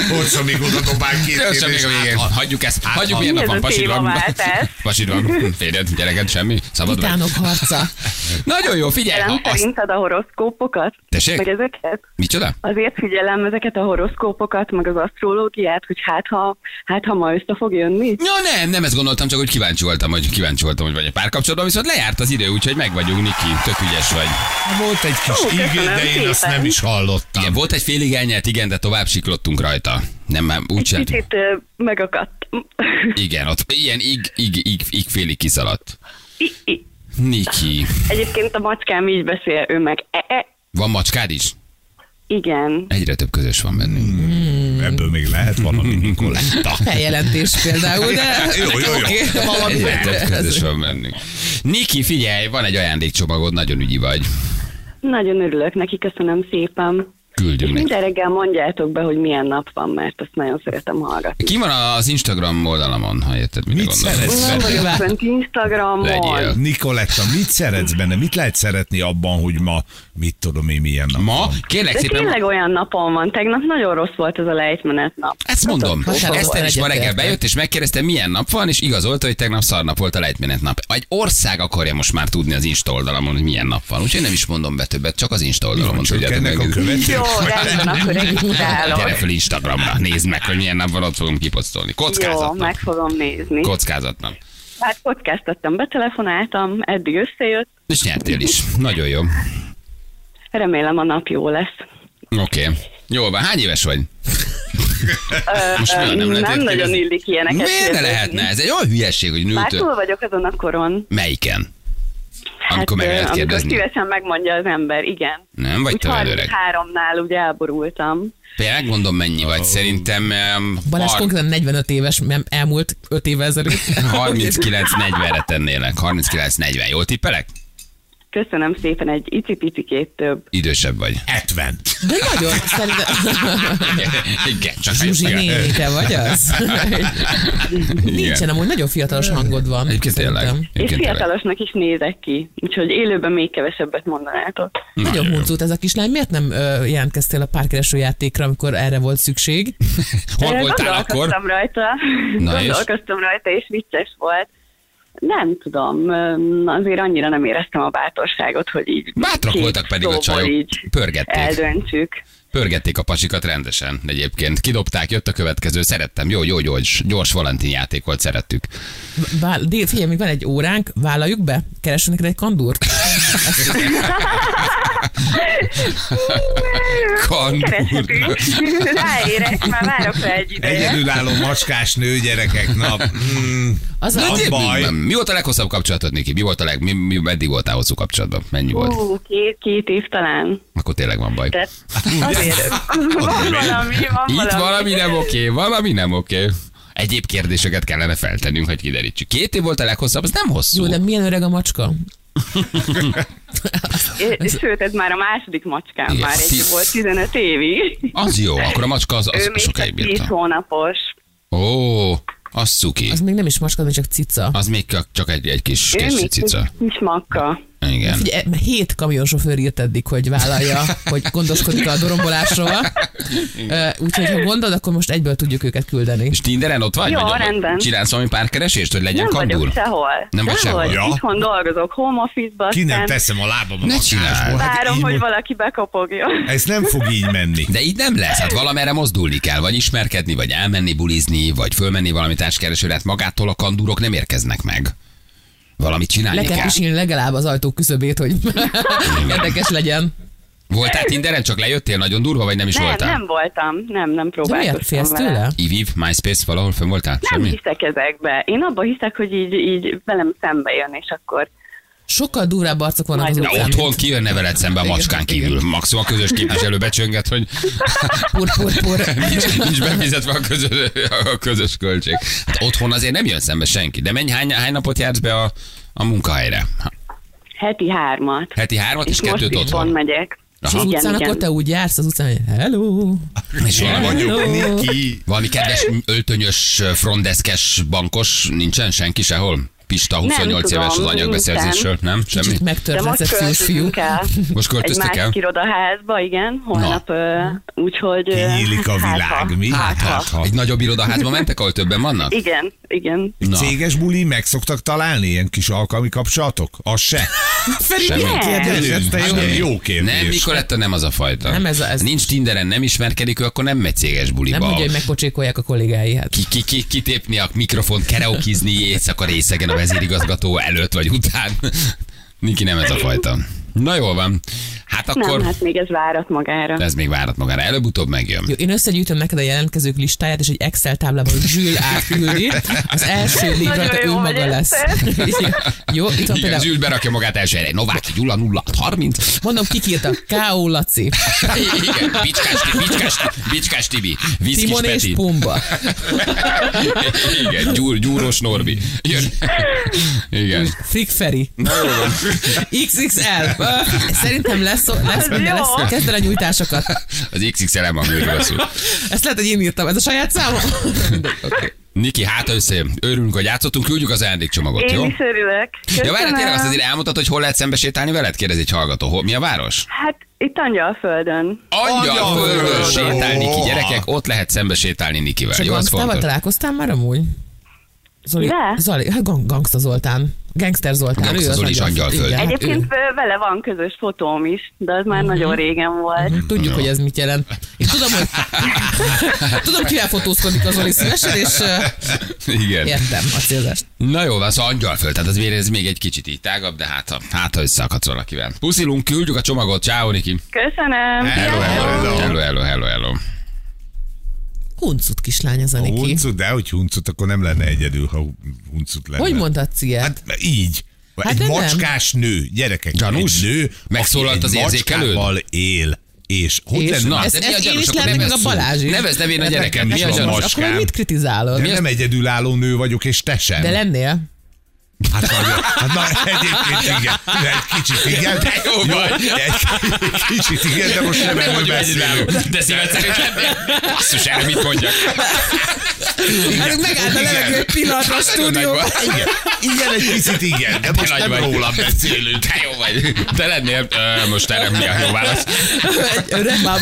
Speaker 3: Hosszú még oda dobál két
Speaker 2: Jössön még
Speaker 3: kérdést.
Speaker 2: a végén.
Speaker 3: Hát, ha-
Speaker 2: Hagyjuk ezt. Hagyjuk, milyen
Speaker 5: Mi
Speaker 2: nap
Speaker 5: ez
Speaker 2: van.
Speaker 5: a
Speaker 2: Pasid van.
Speaker 5: témaváltás?
Speaker 2: Pasid van. Hm, Férjed, gyereked, semmi. Szabad vagy.
Speaker 4: Titánok harca.
Speaker 2: Nagyon jó, figyelj.
Speaker 5: Figyelem,
Speaker 2: E, ha Azt,
Speaker 5: szerinted a horoszkópokat?
Speaker 2: Tessék?
Speaker 5: Meg ezeket?
Speaker 2: micsoda?
Speaker 5: Azért figyelem ezeket a horoszkópokat, meg az asztrológiát, hogy hát ha, hát ha ma össze fog jönni.
Speaker 2: Ja, nem, nem ezt gondoltam, csak hogy kíváncsi voltam, hogy kíváncsi voltam, hogy vagy a párkapcsolatban, viszont lejárt az idő, úgyhogy meg vagyunk, Niki, tök ügyes vagy.
Speaker 3: Volt egy
Speaker 5: Ó,
Speaker 3: kis ígé,
Speaker 5: köszönöm
Speaker 3: de én azt
Speaker 5: szépen.
Speaker 3: nem is hallottam.
Speaker 2: Igen, volt egy félig elnyelt, igen, de tovább siklottunk rajta. Nem, már úgy sem.
Speaker 5: Kicsit ö, megakadtam.
Speaker 2: Igen, ott ilyen ig, ig, ig, ig félig kiszaladt.
Speaker 5: I- i-
Speaker 2: Niki,
Speaker 5: [LAUGHS] Egyébként a macskám így beszél, ő meg e -e.
Speaker 2: van macskád is?
Speaker 5: Igen.
Speaker 2: Egyre több közös van bennünk.
Speaker 3: Ebből még lehet valami, Nikoletta.
Speaker 4: Feljelentés például,
Speaker 2: [LAUGHS]
Speaker 4: de...
Speaker 3: Jó, jó, jó.
Speaker 4: Oké.
Speaker 3: De valami
Speaker 2: Egyre
Speaker 3: lehet.
Speaker 2: több közös van bennünk. Niki, figyelj, van egy ajándékcsomagod, nagyon ügyi vagy.
Speaker 5: Nagyon örülök neki, köszönöm szépen. És
Speaker 2: Küldjünk neki.
Speaker 5: minden reggel mondjátok be, hogy milyen nap van, mert azt nagyon szeretem hallgatni.
Speaker 2: Ki van az Instagram oldalamon, ha érted, mire
Speaker 3: Mit
Speaker 2: gondolok?
Speaker 3: szeretsz?
Speaker 5: Nem vagyok
Speaker 4: Fent-
Speaker 5: fent
Speaker 2: Legyél.
Speaker 5: Instagramon.
Speaker 3: Nikoletta, mit szeretsz benne? Mit lehet szeretni abban, hogy ma, mit tudom én, milyen nap
Speaker 2: Ma,
Speaker 3: van?
Speaker 2: kérlek
Speaker 5: De
Speaker 2: szépen,
Speaker 5: tényleg olyan napon van. Tegnap nagyon rossz volt ez a lejtmenet nap.
Speaker 2: Hát Ezt mondom.
Speaker 4: Vasárnap
Speaker 2: Eszter is ma
Speaker 4: egyetértek.
Speaker 2: reggel bejött, és megkérdezte, milyen nap van, és igazolta, hogy tegnap szarnap volt a lejtmenet nap. Egy ország akarja most már tudni az Insta oldalamon, hogy milyen nap van. Úgyhogy nem is mondom be többet, csak az Insta oldalamon tudjátok
Speaker 3: Csökkennek a
Speaker 2: meg.
Speaker 5: Jó,
Speaker 3: követők?
Speaker 2: [LAUGHS]
Speaker 5: rendben, akkor
Speaker 2: Gyere
Speaker 5: regisztrálok.
Speaker 2: fel Instagramra, nézd meg, hogy milyen nap van, ott fogom kiposztolni.
Speaker 5: Jó,
Speaker 2: Kockázatnap.
Speaker 5: meg fogom nézni.
Speaker 2: Kockázatnap.
Speaker 5: Hát kockáztattam, betelefonáltam, eddig összejött.
Speaker 2: És nyertél is. Nagyon jó.
Speaker 5: Remélem a nap jó lesz.
Speaker 2: Oké. Okay. Jó van, hány éves vagy? Most miért nem lehet
Speaker 5: nem
Speaker 2: ilyet
Speaker 5: nagyon
Speaker 2: kérdezni?
Speaker 5: illik ilyeneket
Speaker 2: Miért ne
Speaker 5: kérdezni.
Speaker 2: lehetne? Ez egy olyan hülyeség, hogy
Speaker 5: Már
Speaker 2: nőtől.
Speaker 5: túl vagyok azon a koron.
Speaker 2: Melyiken? Amikor meg
Speaker 5: Hát, ö,
Speaker 2: lehet
Speaker 5: amikor
Speaker 2: kérdezni.
Speaker 5: szívesen megmondja az ember, igen.
Speaker 2: Nem vagy
Speaker 5: Úgy
Speaker 2: te olyan öreg?
Speaker 5: 33-nál ugye elborultam.
Speaker 2: Például megmondom, mennyi vagy. Szerintem... em,
Speaker 4: Balázs
Speaker 2: har-
Speaker 4: konkrétan 45 éves, nem elmúlt 5 évvel ezelőtt.
Speaker 2: 39-40-re tennélek. 39-40. Jól tippelek?
Speaker 5: Köszönöm szépen, egy icipicikét több.
Speaker 2: Idősebb
Speaker 4: [LAUGHS]
Speaker 2: vagy.
Speaker 3: 70.
Speaker 4: De nagyon, szerintem...
Speaker 2: [LAUGHS] Igen, csak
Speaker 4: Zsuzsi néni, te vagy az? Nincsen,
Speaker 2: Igen.
Speaker 4: amúgy nagyon fiatalos hangod van.
Speaker 2: Egyébként tényleg.
Speaker 4: szerintem.
Speaker 5: És
Speaker 2: Egyébként tényleg.
Speaker 5: fiatalosnak is nézek ki, úgyhogy élőben még kevesebbet mondanátok.
Speaker 4: Nagyon huncut ez a kislány. Miért nem ö, jelentkeztél a párkereső játékra, amikor erre volt szükség?
Speaker 2: Hol
Speaker 5: Ö,
Speaker 2: voltál akkor?
Speaker 5: Gondolkoztam rajta,
Speaker 2: Na és?
Speaker 5: gondolkoztam rajta, és vicces volt. Nem tudom, ö, azért annyira nem éreztem a bátorságot, hogy így
Speaker 2: Bátrak
Speaker 5: két
Speaker 2: voltak pedig a
Speaker 5: szóval
Speaker 2: csajok.
Speaker 5: így
Speaker 2: Pörgették.
Speaker 5: Eldöntsük.
Speaker 2: Pörgették a pasikat rendesen egyébként. Kidobták, jött a következő. Szerettem. Jó, jó, jó. Gyors Valentin játék volt, szerettük.
Speaker 4: Vál, dél, figyelj, még van egy óránk, vállaljuk be, keresünk neked egy kandúrt.
Speaker 2: Kandúr.
Speaker 5: Kereshetünk. Ráérek, már várok rá egy ideje.
Speaker 3: Egyedülálló macskás nő gyerekek nap. Mm,
Speaker 4: Az a,
Speaker 3: Az baj.
Speaker 2: Hát, Mi volt a leghosszabb kapcsolatod, Niki? Mi volt a leg... Mi, mi, eddig voltál hosszú kapcsolatban? Mennyi volt?
Speaker 5: Ú, két, két év talán.
Speaker 2: Akkor tényleg van baj.
Speaker 5: Tehát azért van valami, van
Speaker 2: Itt
Speaker 5: valami.
Speaker 2: valami nem oké, valami nem oké. Egyéb kérdéseket kellene feltennünk, hogy kiderítsük. Két év volt a leghosszabb, az nem hosszú.
Speaker 4: jó, de milyen öreg a macska?
Speaker 5: É- Sőt, ez már a második macskám,
Speaker 2: Igen,
Speaker 5: már egy
Speaker 2: tíz.
Speaker 5: volt 15 évig.
Speaker 2: Az jó, akkor a macska az, az
Speaker 5: ő még
Speaker 2: sokáig
Speaker 5: csak 10
Speaker 2: bírta.
Speaker 5: hónapos.
Speaker 2: Ó, az cuki.
Speaker 4: Az még nem is macska, hanem csak cica.
Speaker 2: Az még csak- csak egy, egy kis,
Speaker 5: Ő
Speaker 2: kis
Speaker 5: még
Speaker 2: cica.
Speaker 5: kis, kis makka.
Speaker 2: Igen.
Speaker 4: Figyelj, e, hét kamionsofőr írt eddig, hogy vállalja, hogy gondoskodik a dorombolásról. Ö, Úgyhogy, ha gondod, akkor most egyből tudjuk őket küldeni.
Speaker 2: És Tinderen ott vagy?
Speaker 5: Jó,
Speaker 2: vagy ott-
Speaker 5: rendben.
Speaker 2: Csinálsz valami párkeresést, hogy legyen
Speaker 5: Nem vagyok
Speaker 2: kandúr?
Speaker 5: sehol.
Speaker 2: Nem vagy sehol.
Speaker 3: Ja.
Speaker 5: Itthon dolgozok, home office-ba.
Speaker 3: Ki nem
Speaker 5: aztán
Speaker 3: teszem a lábam a
Speaker 2: Ne
Speaker 3: macskásból.
Speaker 2: csináld.
Speaker 3: Hát
Speaker 5: Várom,
Speaker 3: így
Speaker 5: hogy
Speaker 3: mo-
Speaker 5: valaki bekopogjon.
Speaker 3: Ez nem fog így menni.
Speaker 2: De így nem lesz, hát valamerre mozdulni kell, vagy ismerkedni, vagy elmenni bulizni, vagy fölmenni valami társkeresőre, hát magától a kandúrok nem érkeznek meg. Valamit
Speaker 4: Le
Speaker 2: csinálni
Speaker 4: kell
Speaker 2: kell.
Speaker 4: pisilni legalább az ajtó küszöbét, hogy érdekes legyen.
Speaker 2: Voltál Tinderen, csak lejöttél nagyon durva, vagy nem is
Speaker 5: Nem,
Speaker 2: voltál?
Speaker 5: nem voltam. Nem, nem
Speaker 4: De
Speaker 5: próbálkoztam
Speaker 4: miért félsz
Speaker 5: vele.
Speaker 4: tőle?
Speaker 2: Iviv, MySpace, valahol fönn voltál?
Speaker 5: Nem
Speaker 2: Semmi?
Speaker 5: hiszek ezekbe. Én abban hiszek, hogy így, így velem szembe jön, és akkor
Speaker 4: Sokkal durvább arcok vannak az
Speaker 5: Majd-
Speaker 2: Na,
Speaker 4: utcán.
Speaker 2: otthon kijönne veled szembe a macskán kívül. Maximum a közös képviselő becsönget, hogy
Speaker 4: Pur, pur,
Speaker 2: [LAUGHS]
Speaker 4: pur.
Speaker 2: nincs, nincs befizetve a közös, a közös költség. Hát otthon azért nem jön szembe senki. De menj, hány, hány napot jársz be a, a munkahelyre? Ha-
Speaker 5: heti hármat.
Speaker 2: Heti hármat és,
Speaker 5: most
Speaker 2: kettőt
Speaker 5: is
Speaker 2: otthon.
Speaker 5: pont megyek.
Speaker 4: És az utcán akkor te úgy jársz az utcán, hogy hello.
Speaker 2: És valami,
Speaker 3: Vagyok,
Speaker 4: Hello.
Speaker 3: Niki.
Speaker 2: valami kedves öltönyös, frondeszkes bankos nincsen senki sehol? Pista 28
Speaker 5: tudom,
Speaker 2: éves az anyagbeszerzésről, nem? Semmi?
Speaker 4: Kicsit megtört
Speaker 5: De most
Speaker 4: recepciós fiú.
Speaker 5: költözünk el.
Speaker 2: Most
Speaker 5: Egy
Speaker 2: költöztek el?
Speaker 5: másik irodaházba, igen, holnap, ö, úgyhogy... ö,
Speaker 3: Kinyílik a
Speaker 5: hát, ha-
Speaker 3: világ, mi?
Speaker 5: Hát, ha.
Speaker 3: ha.
Speaker 2: Egy nagyobb irodaházba mentek, ahol többen vannak?
Speaker 5: Igen, igen.
Speaker 3: Egy
Speaker 2: Na.
Speaker 3: céges buli meg szoktak találni ilyen kis alkalmi kapcsolatok? Az se.
Speaker 4: Feri,
Speaker 2: Semmi. Hát,
Speaker 4: milyen kérdés?
Speaker 3: Ez te jó,
Speaker 2: Semmi.
Speaker 3: jó kérdés.
Speaker 2: Nem, Nikoletta nem az a fajta.
Speaker 4: Nem ez a- ez-
Speaker 2: Nincs Tinderen, nem ismerkedik ő, akkor nem megy céges buliba.
Speaker 4: Nem mondja, hogy megpocsékolják a kollégái. Hát.
Speaker 2: ki, ki, ki, kitépni a mikrofont, kereokizni éjszaka részegen a vezérigazgató előtt vagy után. Niki nem ez a fajta. Na jól van. Hát akkor
Speaker 5: Nem, hát még ez várat magára.
Speaker 2: ez még várat magára. Előbb-utóbb megjön.
Speaker 4: Jó, én összegyűjtöm neked a jelentkezők listáját, és egy Excel táblában Zsül átküldi. Az első légy
Speaker 5: Nagyon
Speaker 4: rajta ő
Speaker 5: jó, hogy
Speaker 4: maga lesz. [LAUGHS] Jó, itt van
Speaker 2: Igen,
Speaker 4: például
Speaker 2: Zsül berakja magát első helyre. Novák Gyula 0
Speaker 4: [LAUGHS]
Speaker 2: 30.
Speaker 4: Mondom, kikírta. K.O. Laci,
Speaker 2: Igen, Bicskás Tibi, Bicskás, Tibi, Bicskás Tibi, Vízkis
Speaker 4: Timon és
Speaker 2: Peti.
Speaker 4: Pumba.
Speaker 2: Igen, gyúr, Gyúros Norbi. Jön. Igen.
Speaker 4: Frick Feri. XXL. [LAUGHS] Szerintem lesz, lesz minden, lesz. Kezd el a nyújtásokat.
Speaker 2: Az XXL-em van még rosszul.
Speaker 4: Ezt lehet, hogy én írtam. Ez a saját
Speaker 2: [LAUGHS]
Speaker 4: számom? Mindegy, Oké.
Speaker 2: Niki, hát összejön. Örülünk, hogy játszottunk, küldjük az ajándékcsomagot, jó?
Speaker 5: Én is örülök.
Speaker 2: Ja, várj, tényleg azt
Speaker 5: Köszönöm.
Speaker 2: azért elmutatod, hogy hol lehet szembesétálni veled? Kérdez egy hallgató. Hol, mi a város?
Speaker 5: Hát itt Angyalföldön.
Speaker 2: Angyalföldön
Speaker 3: Angyalföldön.
Speaker 2: sétál Niki,
Speaker 3: Ó.
Speaker 2: gyerekek, ott lehet szembesétálni Nikivel.
Speaker 4: Csak
Speaker 2: Jó, az
Speaker 4: gangstával
Speaker 2: fontos.
Speaker 4: találkoztál már amúgy? Zoli,
Speaker 5: De.
Speaker 4: Zoli, hát gang, Gangsta Zoltán. Gangster Zoltán.
Speaker 2: Gangsta
Speaker 4: ő az
Speaker 2: Zoli is
Speaker 4: nagyon-
Speaker 2: Angyalföldön.
Speaker 4: Igen, hát
Speaker 5: Egyébként
Speaker 4: ő.
Speaker 5: ö, vele van közös fotóm is, de az
Speaker 2: Mhm.
Speaker 5: már nagyon régen volt.
Speaker 4: Tudjuk,
Speaker 2: Jó.
Speaker 4: hogy ez mit jelent. És tudom,
Speaker 2: [LAUGHS]
Speaker 4: hogy tudom, kivel fotózkodik az Zoli szívesen, és ö,
Speaker 2: Igen.
Speaker 4: értem a célzást.
Speaker 2: Na jó, van, szóval Angyalföld, tehát az ez még egy kicsit így tágabb, de hát ha, hát, ha összeakadsz valakivel. Puszilunk, küldjük a csomagot, ciao Niki.
Speaker 5: Köszönöm.
Speaker 2: Hello,
Speaker 5: Sziasztok.
Speaker 2: hello, hello, hello, hello, hello.
Speaker 4: Huncut kislány az a
Speaker 3: A
Speaker 4: Niki.
Speaker 3: huncut, de hogy huncut, akkor nem lenne egyedül, ha huncut lenne.
Speaker 4: Hogy mondhatsz ilyet?
Speaker 3: Hát így.
Speaker 4: Hát
Speaker 3: egy
Speaker 4: de nem.
Speaker 3: macskás nő, gyerekek.
Speaker 2: Gyanús?
Speaker 3: Egy nő,
Speaker 2: Megszólalt
Speaker 3: aki
Speaker 2: az
Speaker 3: egy
Speaker 2: érzékelőd?
Speaker 3: macskával él. És hogy
Speaker 4: És?
Speaker 3: lenne? Hát
Speaker 2: Na,
Speaker 4: Ez-
Speaker 2: de mi
Speaker 4: ez
Speaker 2: a
Speaker 4: én
Speaker 2: gyanús?
Speaker 4: is
Speaker 2: Akkor
Speaker 4: lennék,
Speaker 2: nevezd
Speaker 4: a
Speaker 2: szó.
Speaker 4: Balázs is.
Speaker 2: Nevezd nevén a
Speaker 4: Hát
Speaker 2: gyerekem,
Speaker 3: nekem
Speaker 2: mi
Speaker 3: is
Speaker 2: a
Speaker 3: van
Speaker 2: gyanús?
Speaker 3: most.
Speaker 4: Akkor meg mit kritizálod?
Speaker 3: De nem egyedülálló nő vagyok, és te sem.
Speaker 4: De lennél?
Speaker 3: Hát nagyon. Hát na, egyébként igen. De egy kicsit igen.
Speaker 2: De jó vagy.
Speaker 3: egy kicsit igen, de most nem
Speaker 2: Nem
Speaker 3: erről
Speaker 2: vagyok
Speaker 3: beszélünk.
Speaker 2: egyedül, de szíved szerint lennél. Basszus, erre mit mondjak?
Speaker 4: Hát megállt a
Speaker 3: Igen.
Speaker 4: levegő egy pillanatra a
Speaker 2: Hát nagyon nagy
Speaker 4: stúdióban.
Speaker 2: vagy.
Speaker 3: Igen, igen, egy picit igen, de
Speaker 2: Te
Speaker 3: most
Speaker 2: nagy
Speaker 3: nem
Speaker 2: vagy.
Speaker 3: rólam beszélünk.
Speaker 2: Te jó vagy. Te lennél, ö, most erre mi a jó
Speaker 3: [LAUGHS]
Speaker 2: válasz?
Speaker 4: Egy öreg báb.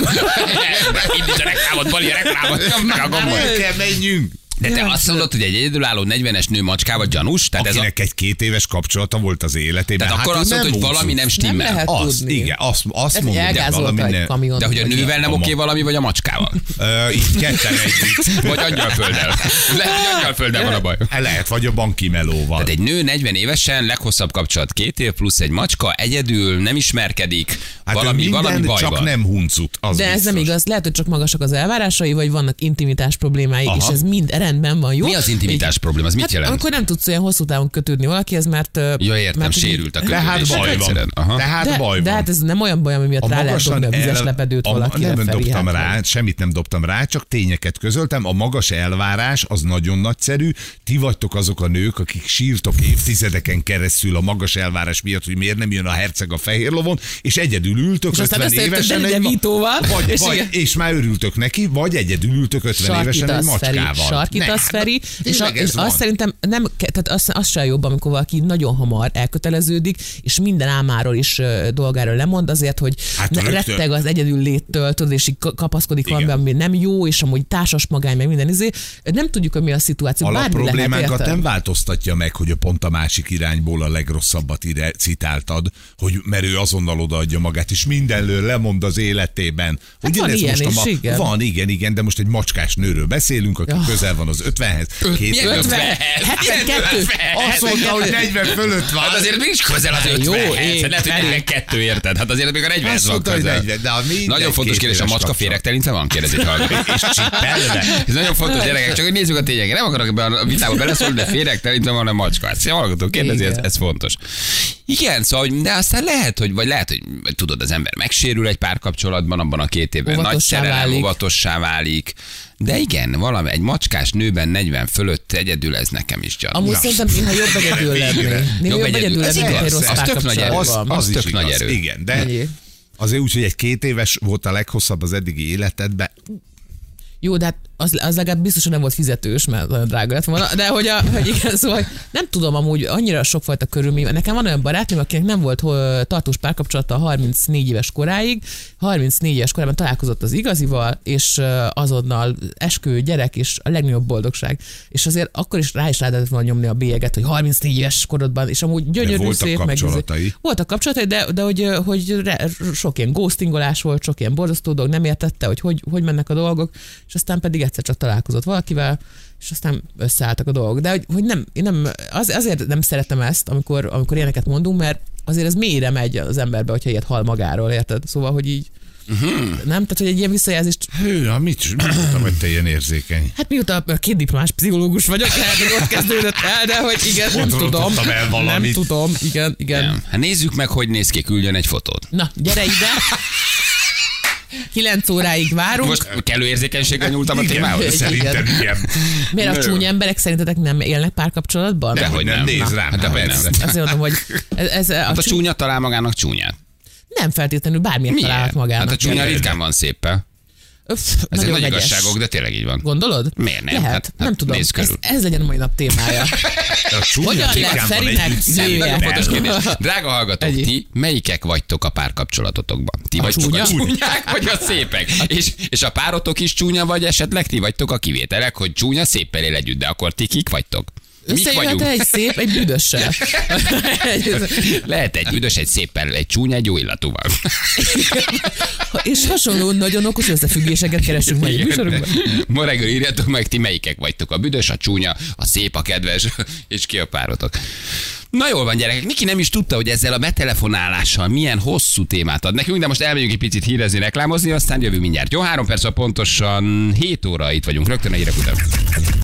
Speaker 2: Indíts a reklámot, Bali, a reklámot. Meg a gombot.
Speaker 3: El kell menjünk.
Speaker 2: De te azt mondod, hogy egy egyedülálló 40-es nő macskával gyanús? Tehát ez a...
Speaker 3: Akinek egy két éves kapcsolata volt az életében.
Speaker 2: Tehát
Speaker 3: hát
Speaker 2: akkor
Speaker 3: ő
Speaker 2: azt mondod, hogy
Speaker 3: húzott.
Speaker 2: valami nem
Speaker 4: Nem
Speaker 2: stimmel.
Speaker 4: lehet
Speaker 3: Azt,
Speaker 4: Hát tudni.
Speaker 3: igen, azt, azt
Speaker 4: Tehát, hogy
Speaker 3: mondom, hogy valami
Speaker 4: elgázolta egy
Speaker 3: nem.
Speaker 4: kamion.
Speaker 2: De hogy a nővel nem
Speaker 3: Ama.
Speaker 2: oké valami, vagy a macskával?
Speaker 3: Ö, így ketten együtt. [LAUGHS]
Speaker 2: Vagy angyalfölddel? Lehet, hogy angyalfölddel van a baj.
Speaker 3: Lehet, vagy a bankimelóval.
Speaker 2: Tehát Hát egy nő 40 évesen, leghosszabb kapcsolat két év, plusz egy macska, egyedül, nem ismerkedik,
Speaker 3: Hát ő
Speaker 2: valami,
Speaker 3: minden,
Speaker 2: valami baj
Speaker 3: csak
Speaker 2: van.
Speaker 3: nem huncut. Az
Speaker 4: De ez
Speaker 3: biztos.
Speaker 4: nem igaz, lehet, hogy csak magasak az elvárásai, vagy vannak intimitás problémái,
Speaker 3: Aha.
Speaker 4: és ez mind rendben van, jó?
Speaker 2: Mi az intimitás probléma? Az mit
Speaker 4: hát,
Speaker 2: jelent?
Speaker 4: amikor nem tudsz olyan hosszú távon kötődni valakihez, mert... ö,
Speaker 2: Ja, értem,
Speaker 4: mert,
Speaker 2: sérült a
Speaker 4: De-
Speaker 3: Tehát
Speaker 2: kötődés
Speaker 3: hát baj
Speaker 2: egyszerűen.
Speaker 3: van.
Speaker 2: Aha.
Speaker 3: Tehát
Speaker 4: de,
Speaker 3: baj
Speaker 4: de
Speaker 3: van.
Speaker 4: hát ez nem olyan baj, ami miatt rá lehet dobni a vizes lepedőt
Speaker 3: a-
Speaker 4: valakire.
Speaker 3: Nem
Speaker 4: Feri,
Speaker 3: dobtam
Speaker 4: hát,
Speaker 3: rá, semmit nem dobtam rá, csak tényeket közöltem. A magas elvárás az nagyon nagyszerű. Ti vagytok azok a nők, akik sírtok évtizedeken keresztül a magas elvárás miatt, hogy miért nem jön a herceg a fehér lovon, és egyedül ültök
Speaker 4: És aztán
Speaker 3: 50
Speaker 4: összejöttök
Speaker 3: évesen.
Speaker 4: Deli
Speaker 3: egy ma-
Speaker 4: Devitóval,
Speaker 3: vagy,
Speaker 4: és
Speaker 3: és, vagy,
Speaker 4: igen.
Speaker 3: és már örültök neki, vagy egyedül ültök 50 évesen egy
Speaker 4: Sarkítasz, Feri,
Speaker 3: macskával.
Speaker 4: sarkítasz,
Speaker 3: Ne, hát
Speaker 4: Feri, és, a,
Speaker 3: tényleg ez
Speaker 4: és
Speaker 3: van.
Speaker 4: azt szerintem nem, ke- tehát az, az sem jobb, amikor valaki nagyon hamar elköteleződik, és minden álmáról és ö, dolgáról lemond azért, hogy
Speaker 3: Hát
Speaker 4: ne,
Speaker 3: rögtön.
Speaker 4: retteg az egyedül léttől, tudod, és így ka- kapaszkodik valami, ami nem jó, és amúgy társas magány, meg minden izé. Nem tudjuk, hogy mi a szituáció. Bármi lehet,
Speaker 3: alapproblémánkat
Speaker 4: érted?
Speaker 3: nem változtatja meg, hogy a pont a másik irányból a legrosszabbat ide citáltad, hogy mert ő azonnal odaadja magát, és mindenről lemond az életében.
Speaker 4: Hát van
Speaker 3: Ugyanez
Speaker 4: ilyen is, igen.
Speaker 3: Van, igen, igen, de most egy macskás nőről beszélünk, aki
Speaker 4: Ja.
Speaker 3: közel van az 50-hez. Két
Speaker 2: milyen
Speaker 3: éves-
Speaker 2: 50?
Speaker 4: 72.
Speaker 3: hát Azt mondta, hogy 40 fölött van.
Speaker 2: Hát azért nincs közel az 50
Speaker 4: Jó,
Speaker 2: jó,
Speaker 4: ég,
Speaker 2: lehet, hogy 42 érted. Hát azért még a 40
Speaker 3: Azt
Speaker 2: van
Speaker 3: mondta, hogy
Speaker 2: közel.
Speaker 3: 40, de a mindegy,
Speaker 2: Nagyon fontos
Speaker 3: két
Speaker 2: kérdés, a
Speaker 3: éves
Speaker 2: macska
Speaker 3: kapcsolat.
Speaker 2: féregtelintve van? Kérdezi egy hallgató. És
Speaker 3: csippelve?
Speaker 2: Ez nagyon fontos, gyerekek, csak hogy nézzük a tényeket. Nem akarok ebbe a vitába beleszólni, de féregtelintve van a macska. Ezt a hallgató kérdezi, ez,
Speaker 4: Igen.
Speaker 2: ez fontos. Igen, szóval, hogy- de aztán lehet, hogy, vagy lehet, hogy tudod, az ember megsérül egy párkapcsolatban, abban a két évben
Speaker 4: Óvatossá
Speaker 2: nagy szerelem,
Speaker 4: válik.
Speaker 2: óvatossá válik. De igen, valami, egy macskás nőben 40 fölött egyedül ez nekem is gyanús.
Speaker 4: Amúgy szerintem néha jobb egyedül lenni. Néha jobb egyedül
Speaker 2: Ez
Speaker 4: lenni, mint egy
Speaker 2: igaz,
Speaker 4: rossz
Speaker 2: az tök nagy erő.
Speaker 4: párkapcsolatban.
Speaker 3: Az,
Speaker 2: van.
Speaker 3: az,
Speaker 2: Az
Speaker 3: is
Speaker 2: tök
Speaker 3: igaz.
Speaker 2: nagy erő.
Speaker 3: Igen, de
Speaker 4: Nagy.
Speaker 3: azért úgy, hogy egy két éves volt a leghosszabb az eddigi életedben,
Speaker 4: Jó, de hát az, az legalább biztosan nem volt fizetős, mert nagyon drága lett volna, de hogy, a, hogy igen, szóval hogy nem tudom amúgy, annyira sokfajta körülmény. Nekem van olyan barátnőm, akinek nem volt ö, tartós párkapcsolata 34 éves koráig, 34 éves korában találkozott az igazival, és ö, azonnal eskü, gyerek, és a legnagyobb boldogság. És azért akkor is rá is rá lehetett volna nyomni a bélyeget, hogy 34 éves korodban, és amúgy gyönyörű,
Speaker 3: voltak
Speaker 4: szép, meg izé-
Speaker 3: kapcsolatai.
Speaker 4: voltak kapcsolatai, de, de hogy, hogy re, sok ilyen ghostingolás volt, sok ilyen borzasztó dolog, nem értette, hogy, hogy hogy mennek a dolgok, és aztán pedig egyszer csak találkozott valakivel, és aztán összeálltak a dolgok. De hogy, hogy nem, én nem az, azért nem szeretem ezt, amikor, amikor ilyeneket mondunk, mert azért ez mélyre megy az emberbe, hogyha ilyet hal magáról, érted? Szóval, hogy így
Speaker 3: Mhm.
Speaker 4: nem? Tehát, hogy egy ilyen visszajelzést,
Speaker 3: Hű, ha mit, mit mondtam, hogy te ilyen érzékeny?
Speaker 4: hát mióta két diplomás pszichológus vagyok, lehet, hogy ott kezdődött el, de hogy igen, nem tudom.
Speaker 3: Rontottam el
Speaker 4: Nem
Speaker 3: valamit.
Speaker 4: tudom, igen, igen.
Speaker 2: Nem. Hát nézzük meg, hogy néz ki, küldjön egy fotót.
Speaker 4: Na, gyere ide! 9 óráig várunk. Most
Speaker 2: Most kellő érzékenységgel nyúltam a témához?
Speaker 3: Szerintem igen.
Speaker 4: Miért a csúnya emberek szerintetek nem élnek párkapcsolatban?
Speaker 2: De hogy
Speaker 3: nem,
Speaker 2: nem.
Speaker 3: néz rám,
Speaker 2: Hát dehogy
Speaker 3: persze.
Speaker 2: nem.
Speaker 4: Azért mondom, hogy ez, ez a,
Speaker 2: Hát a
Speaker 4: csú...
Speaker 2: csúnya talál magának csúnyát.
Speaker 4: nem feltétlenül bármilyen
Speaker 2: Miért?
Speaker 4: találhat magának.
Speaker 2: Hát a csúnya
Speaker 4: Ezek
Speaker 2: ritkán van széppen. Ezek nagy
Speaker 4: vegyes.
Speaker 2: igazságok, de tényleg így van.
Speaker 4: Gondolod?
Speaker 2: Miért nem?
Speaker 4: Lehet.
Speaker 2: Hát-
Speaker 4: nem
Speaker 2: hát
Speaker 4: tudom.
Speaker 2: nézz
Speaker 4: Ez,
Speaker 2: körül.
Speaker 4: ez legyen a mai nap
Speaker 2: [LAUGHS]
Speaker 4: témája.
Speaker 3: A csúnya
Speaker 4: Hogyan
Speaker 3: csipkán
Speaker 4: lesz
Speaker 3: van egy
Speaker 4: szerintek
Speaker 3: vicc.
Speaker 4: nő?
Speaker 2: Nem, nagyon
Speaker 4: Jöjjel.
Speaker 2: fontos kérdés.
Speaker 4: [LAUGHS]
Speaker 2: Drága hallgatók,
Speaker 4: Egy.
Speaker 2: ti melyikek vagytok a párkapcsolatotokban? Ti vagytok
Speaker 4: csúnya?
Speaker 2: a csúnyák, vagy a szépek? És, és a párotok is csúnya, vagy esetleg ti vagytok a kivételek, hogy csúnya széppel él együtt, de akkor ti kik vagytok? Mik
Speaker 4: Összejöhet
Speaker 2: vagyunk? [LAUGHS]
Speaker 4: egy szép, egy büdössel. [LAUGHS] Egy-
Speaker 2: Lehet egy üdös, egy széppel, egy csúnya, egy jó
Speaker 4: [LAUGHS]
Speaker 2: illatúval.
Speaker 4: és hasonló nagyon okos összefüggéseket keresünk mai
Speaker 2: Igen.
Speaker 4: műsorunkban.
Speaker 2: Ma reggel írjátok meg, ti melyikek vagytok, a büdös, a csúnya, a szép, a kedves, [LAUGHS] és ki a párotok. Na jól van, gyerekek, Niki nem is tudta, hogy ezzel a betelefonálással milyen hosszú témát ad nekünk, de most elmegyünk egy picit hírezni, reklámozni, aztán jövő mindjárt. Jó, három perc a pontosan 7 óra itt vagyunk, rögtön a hírek után.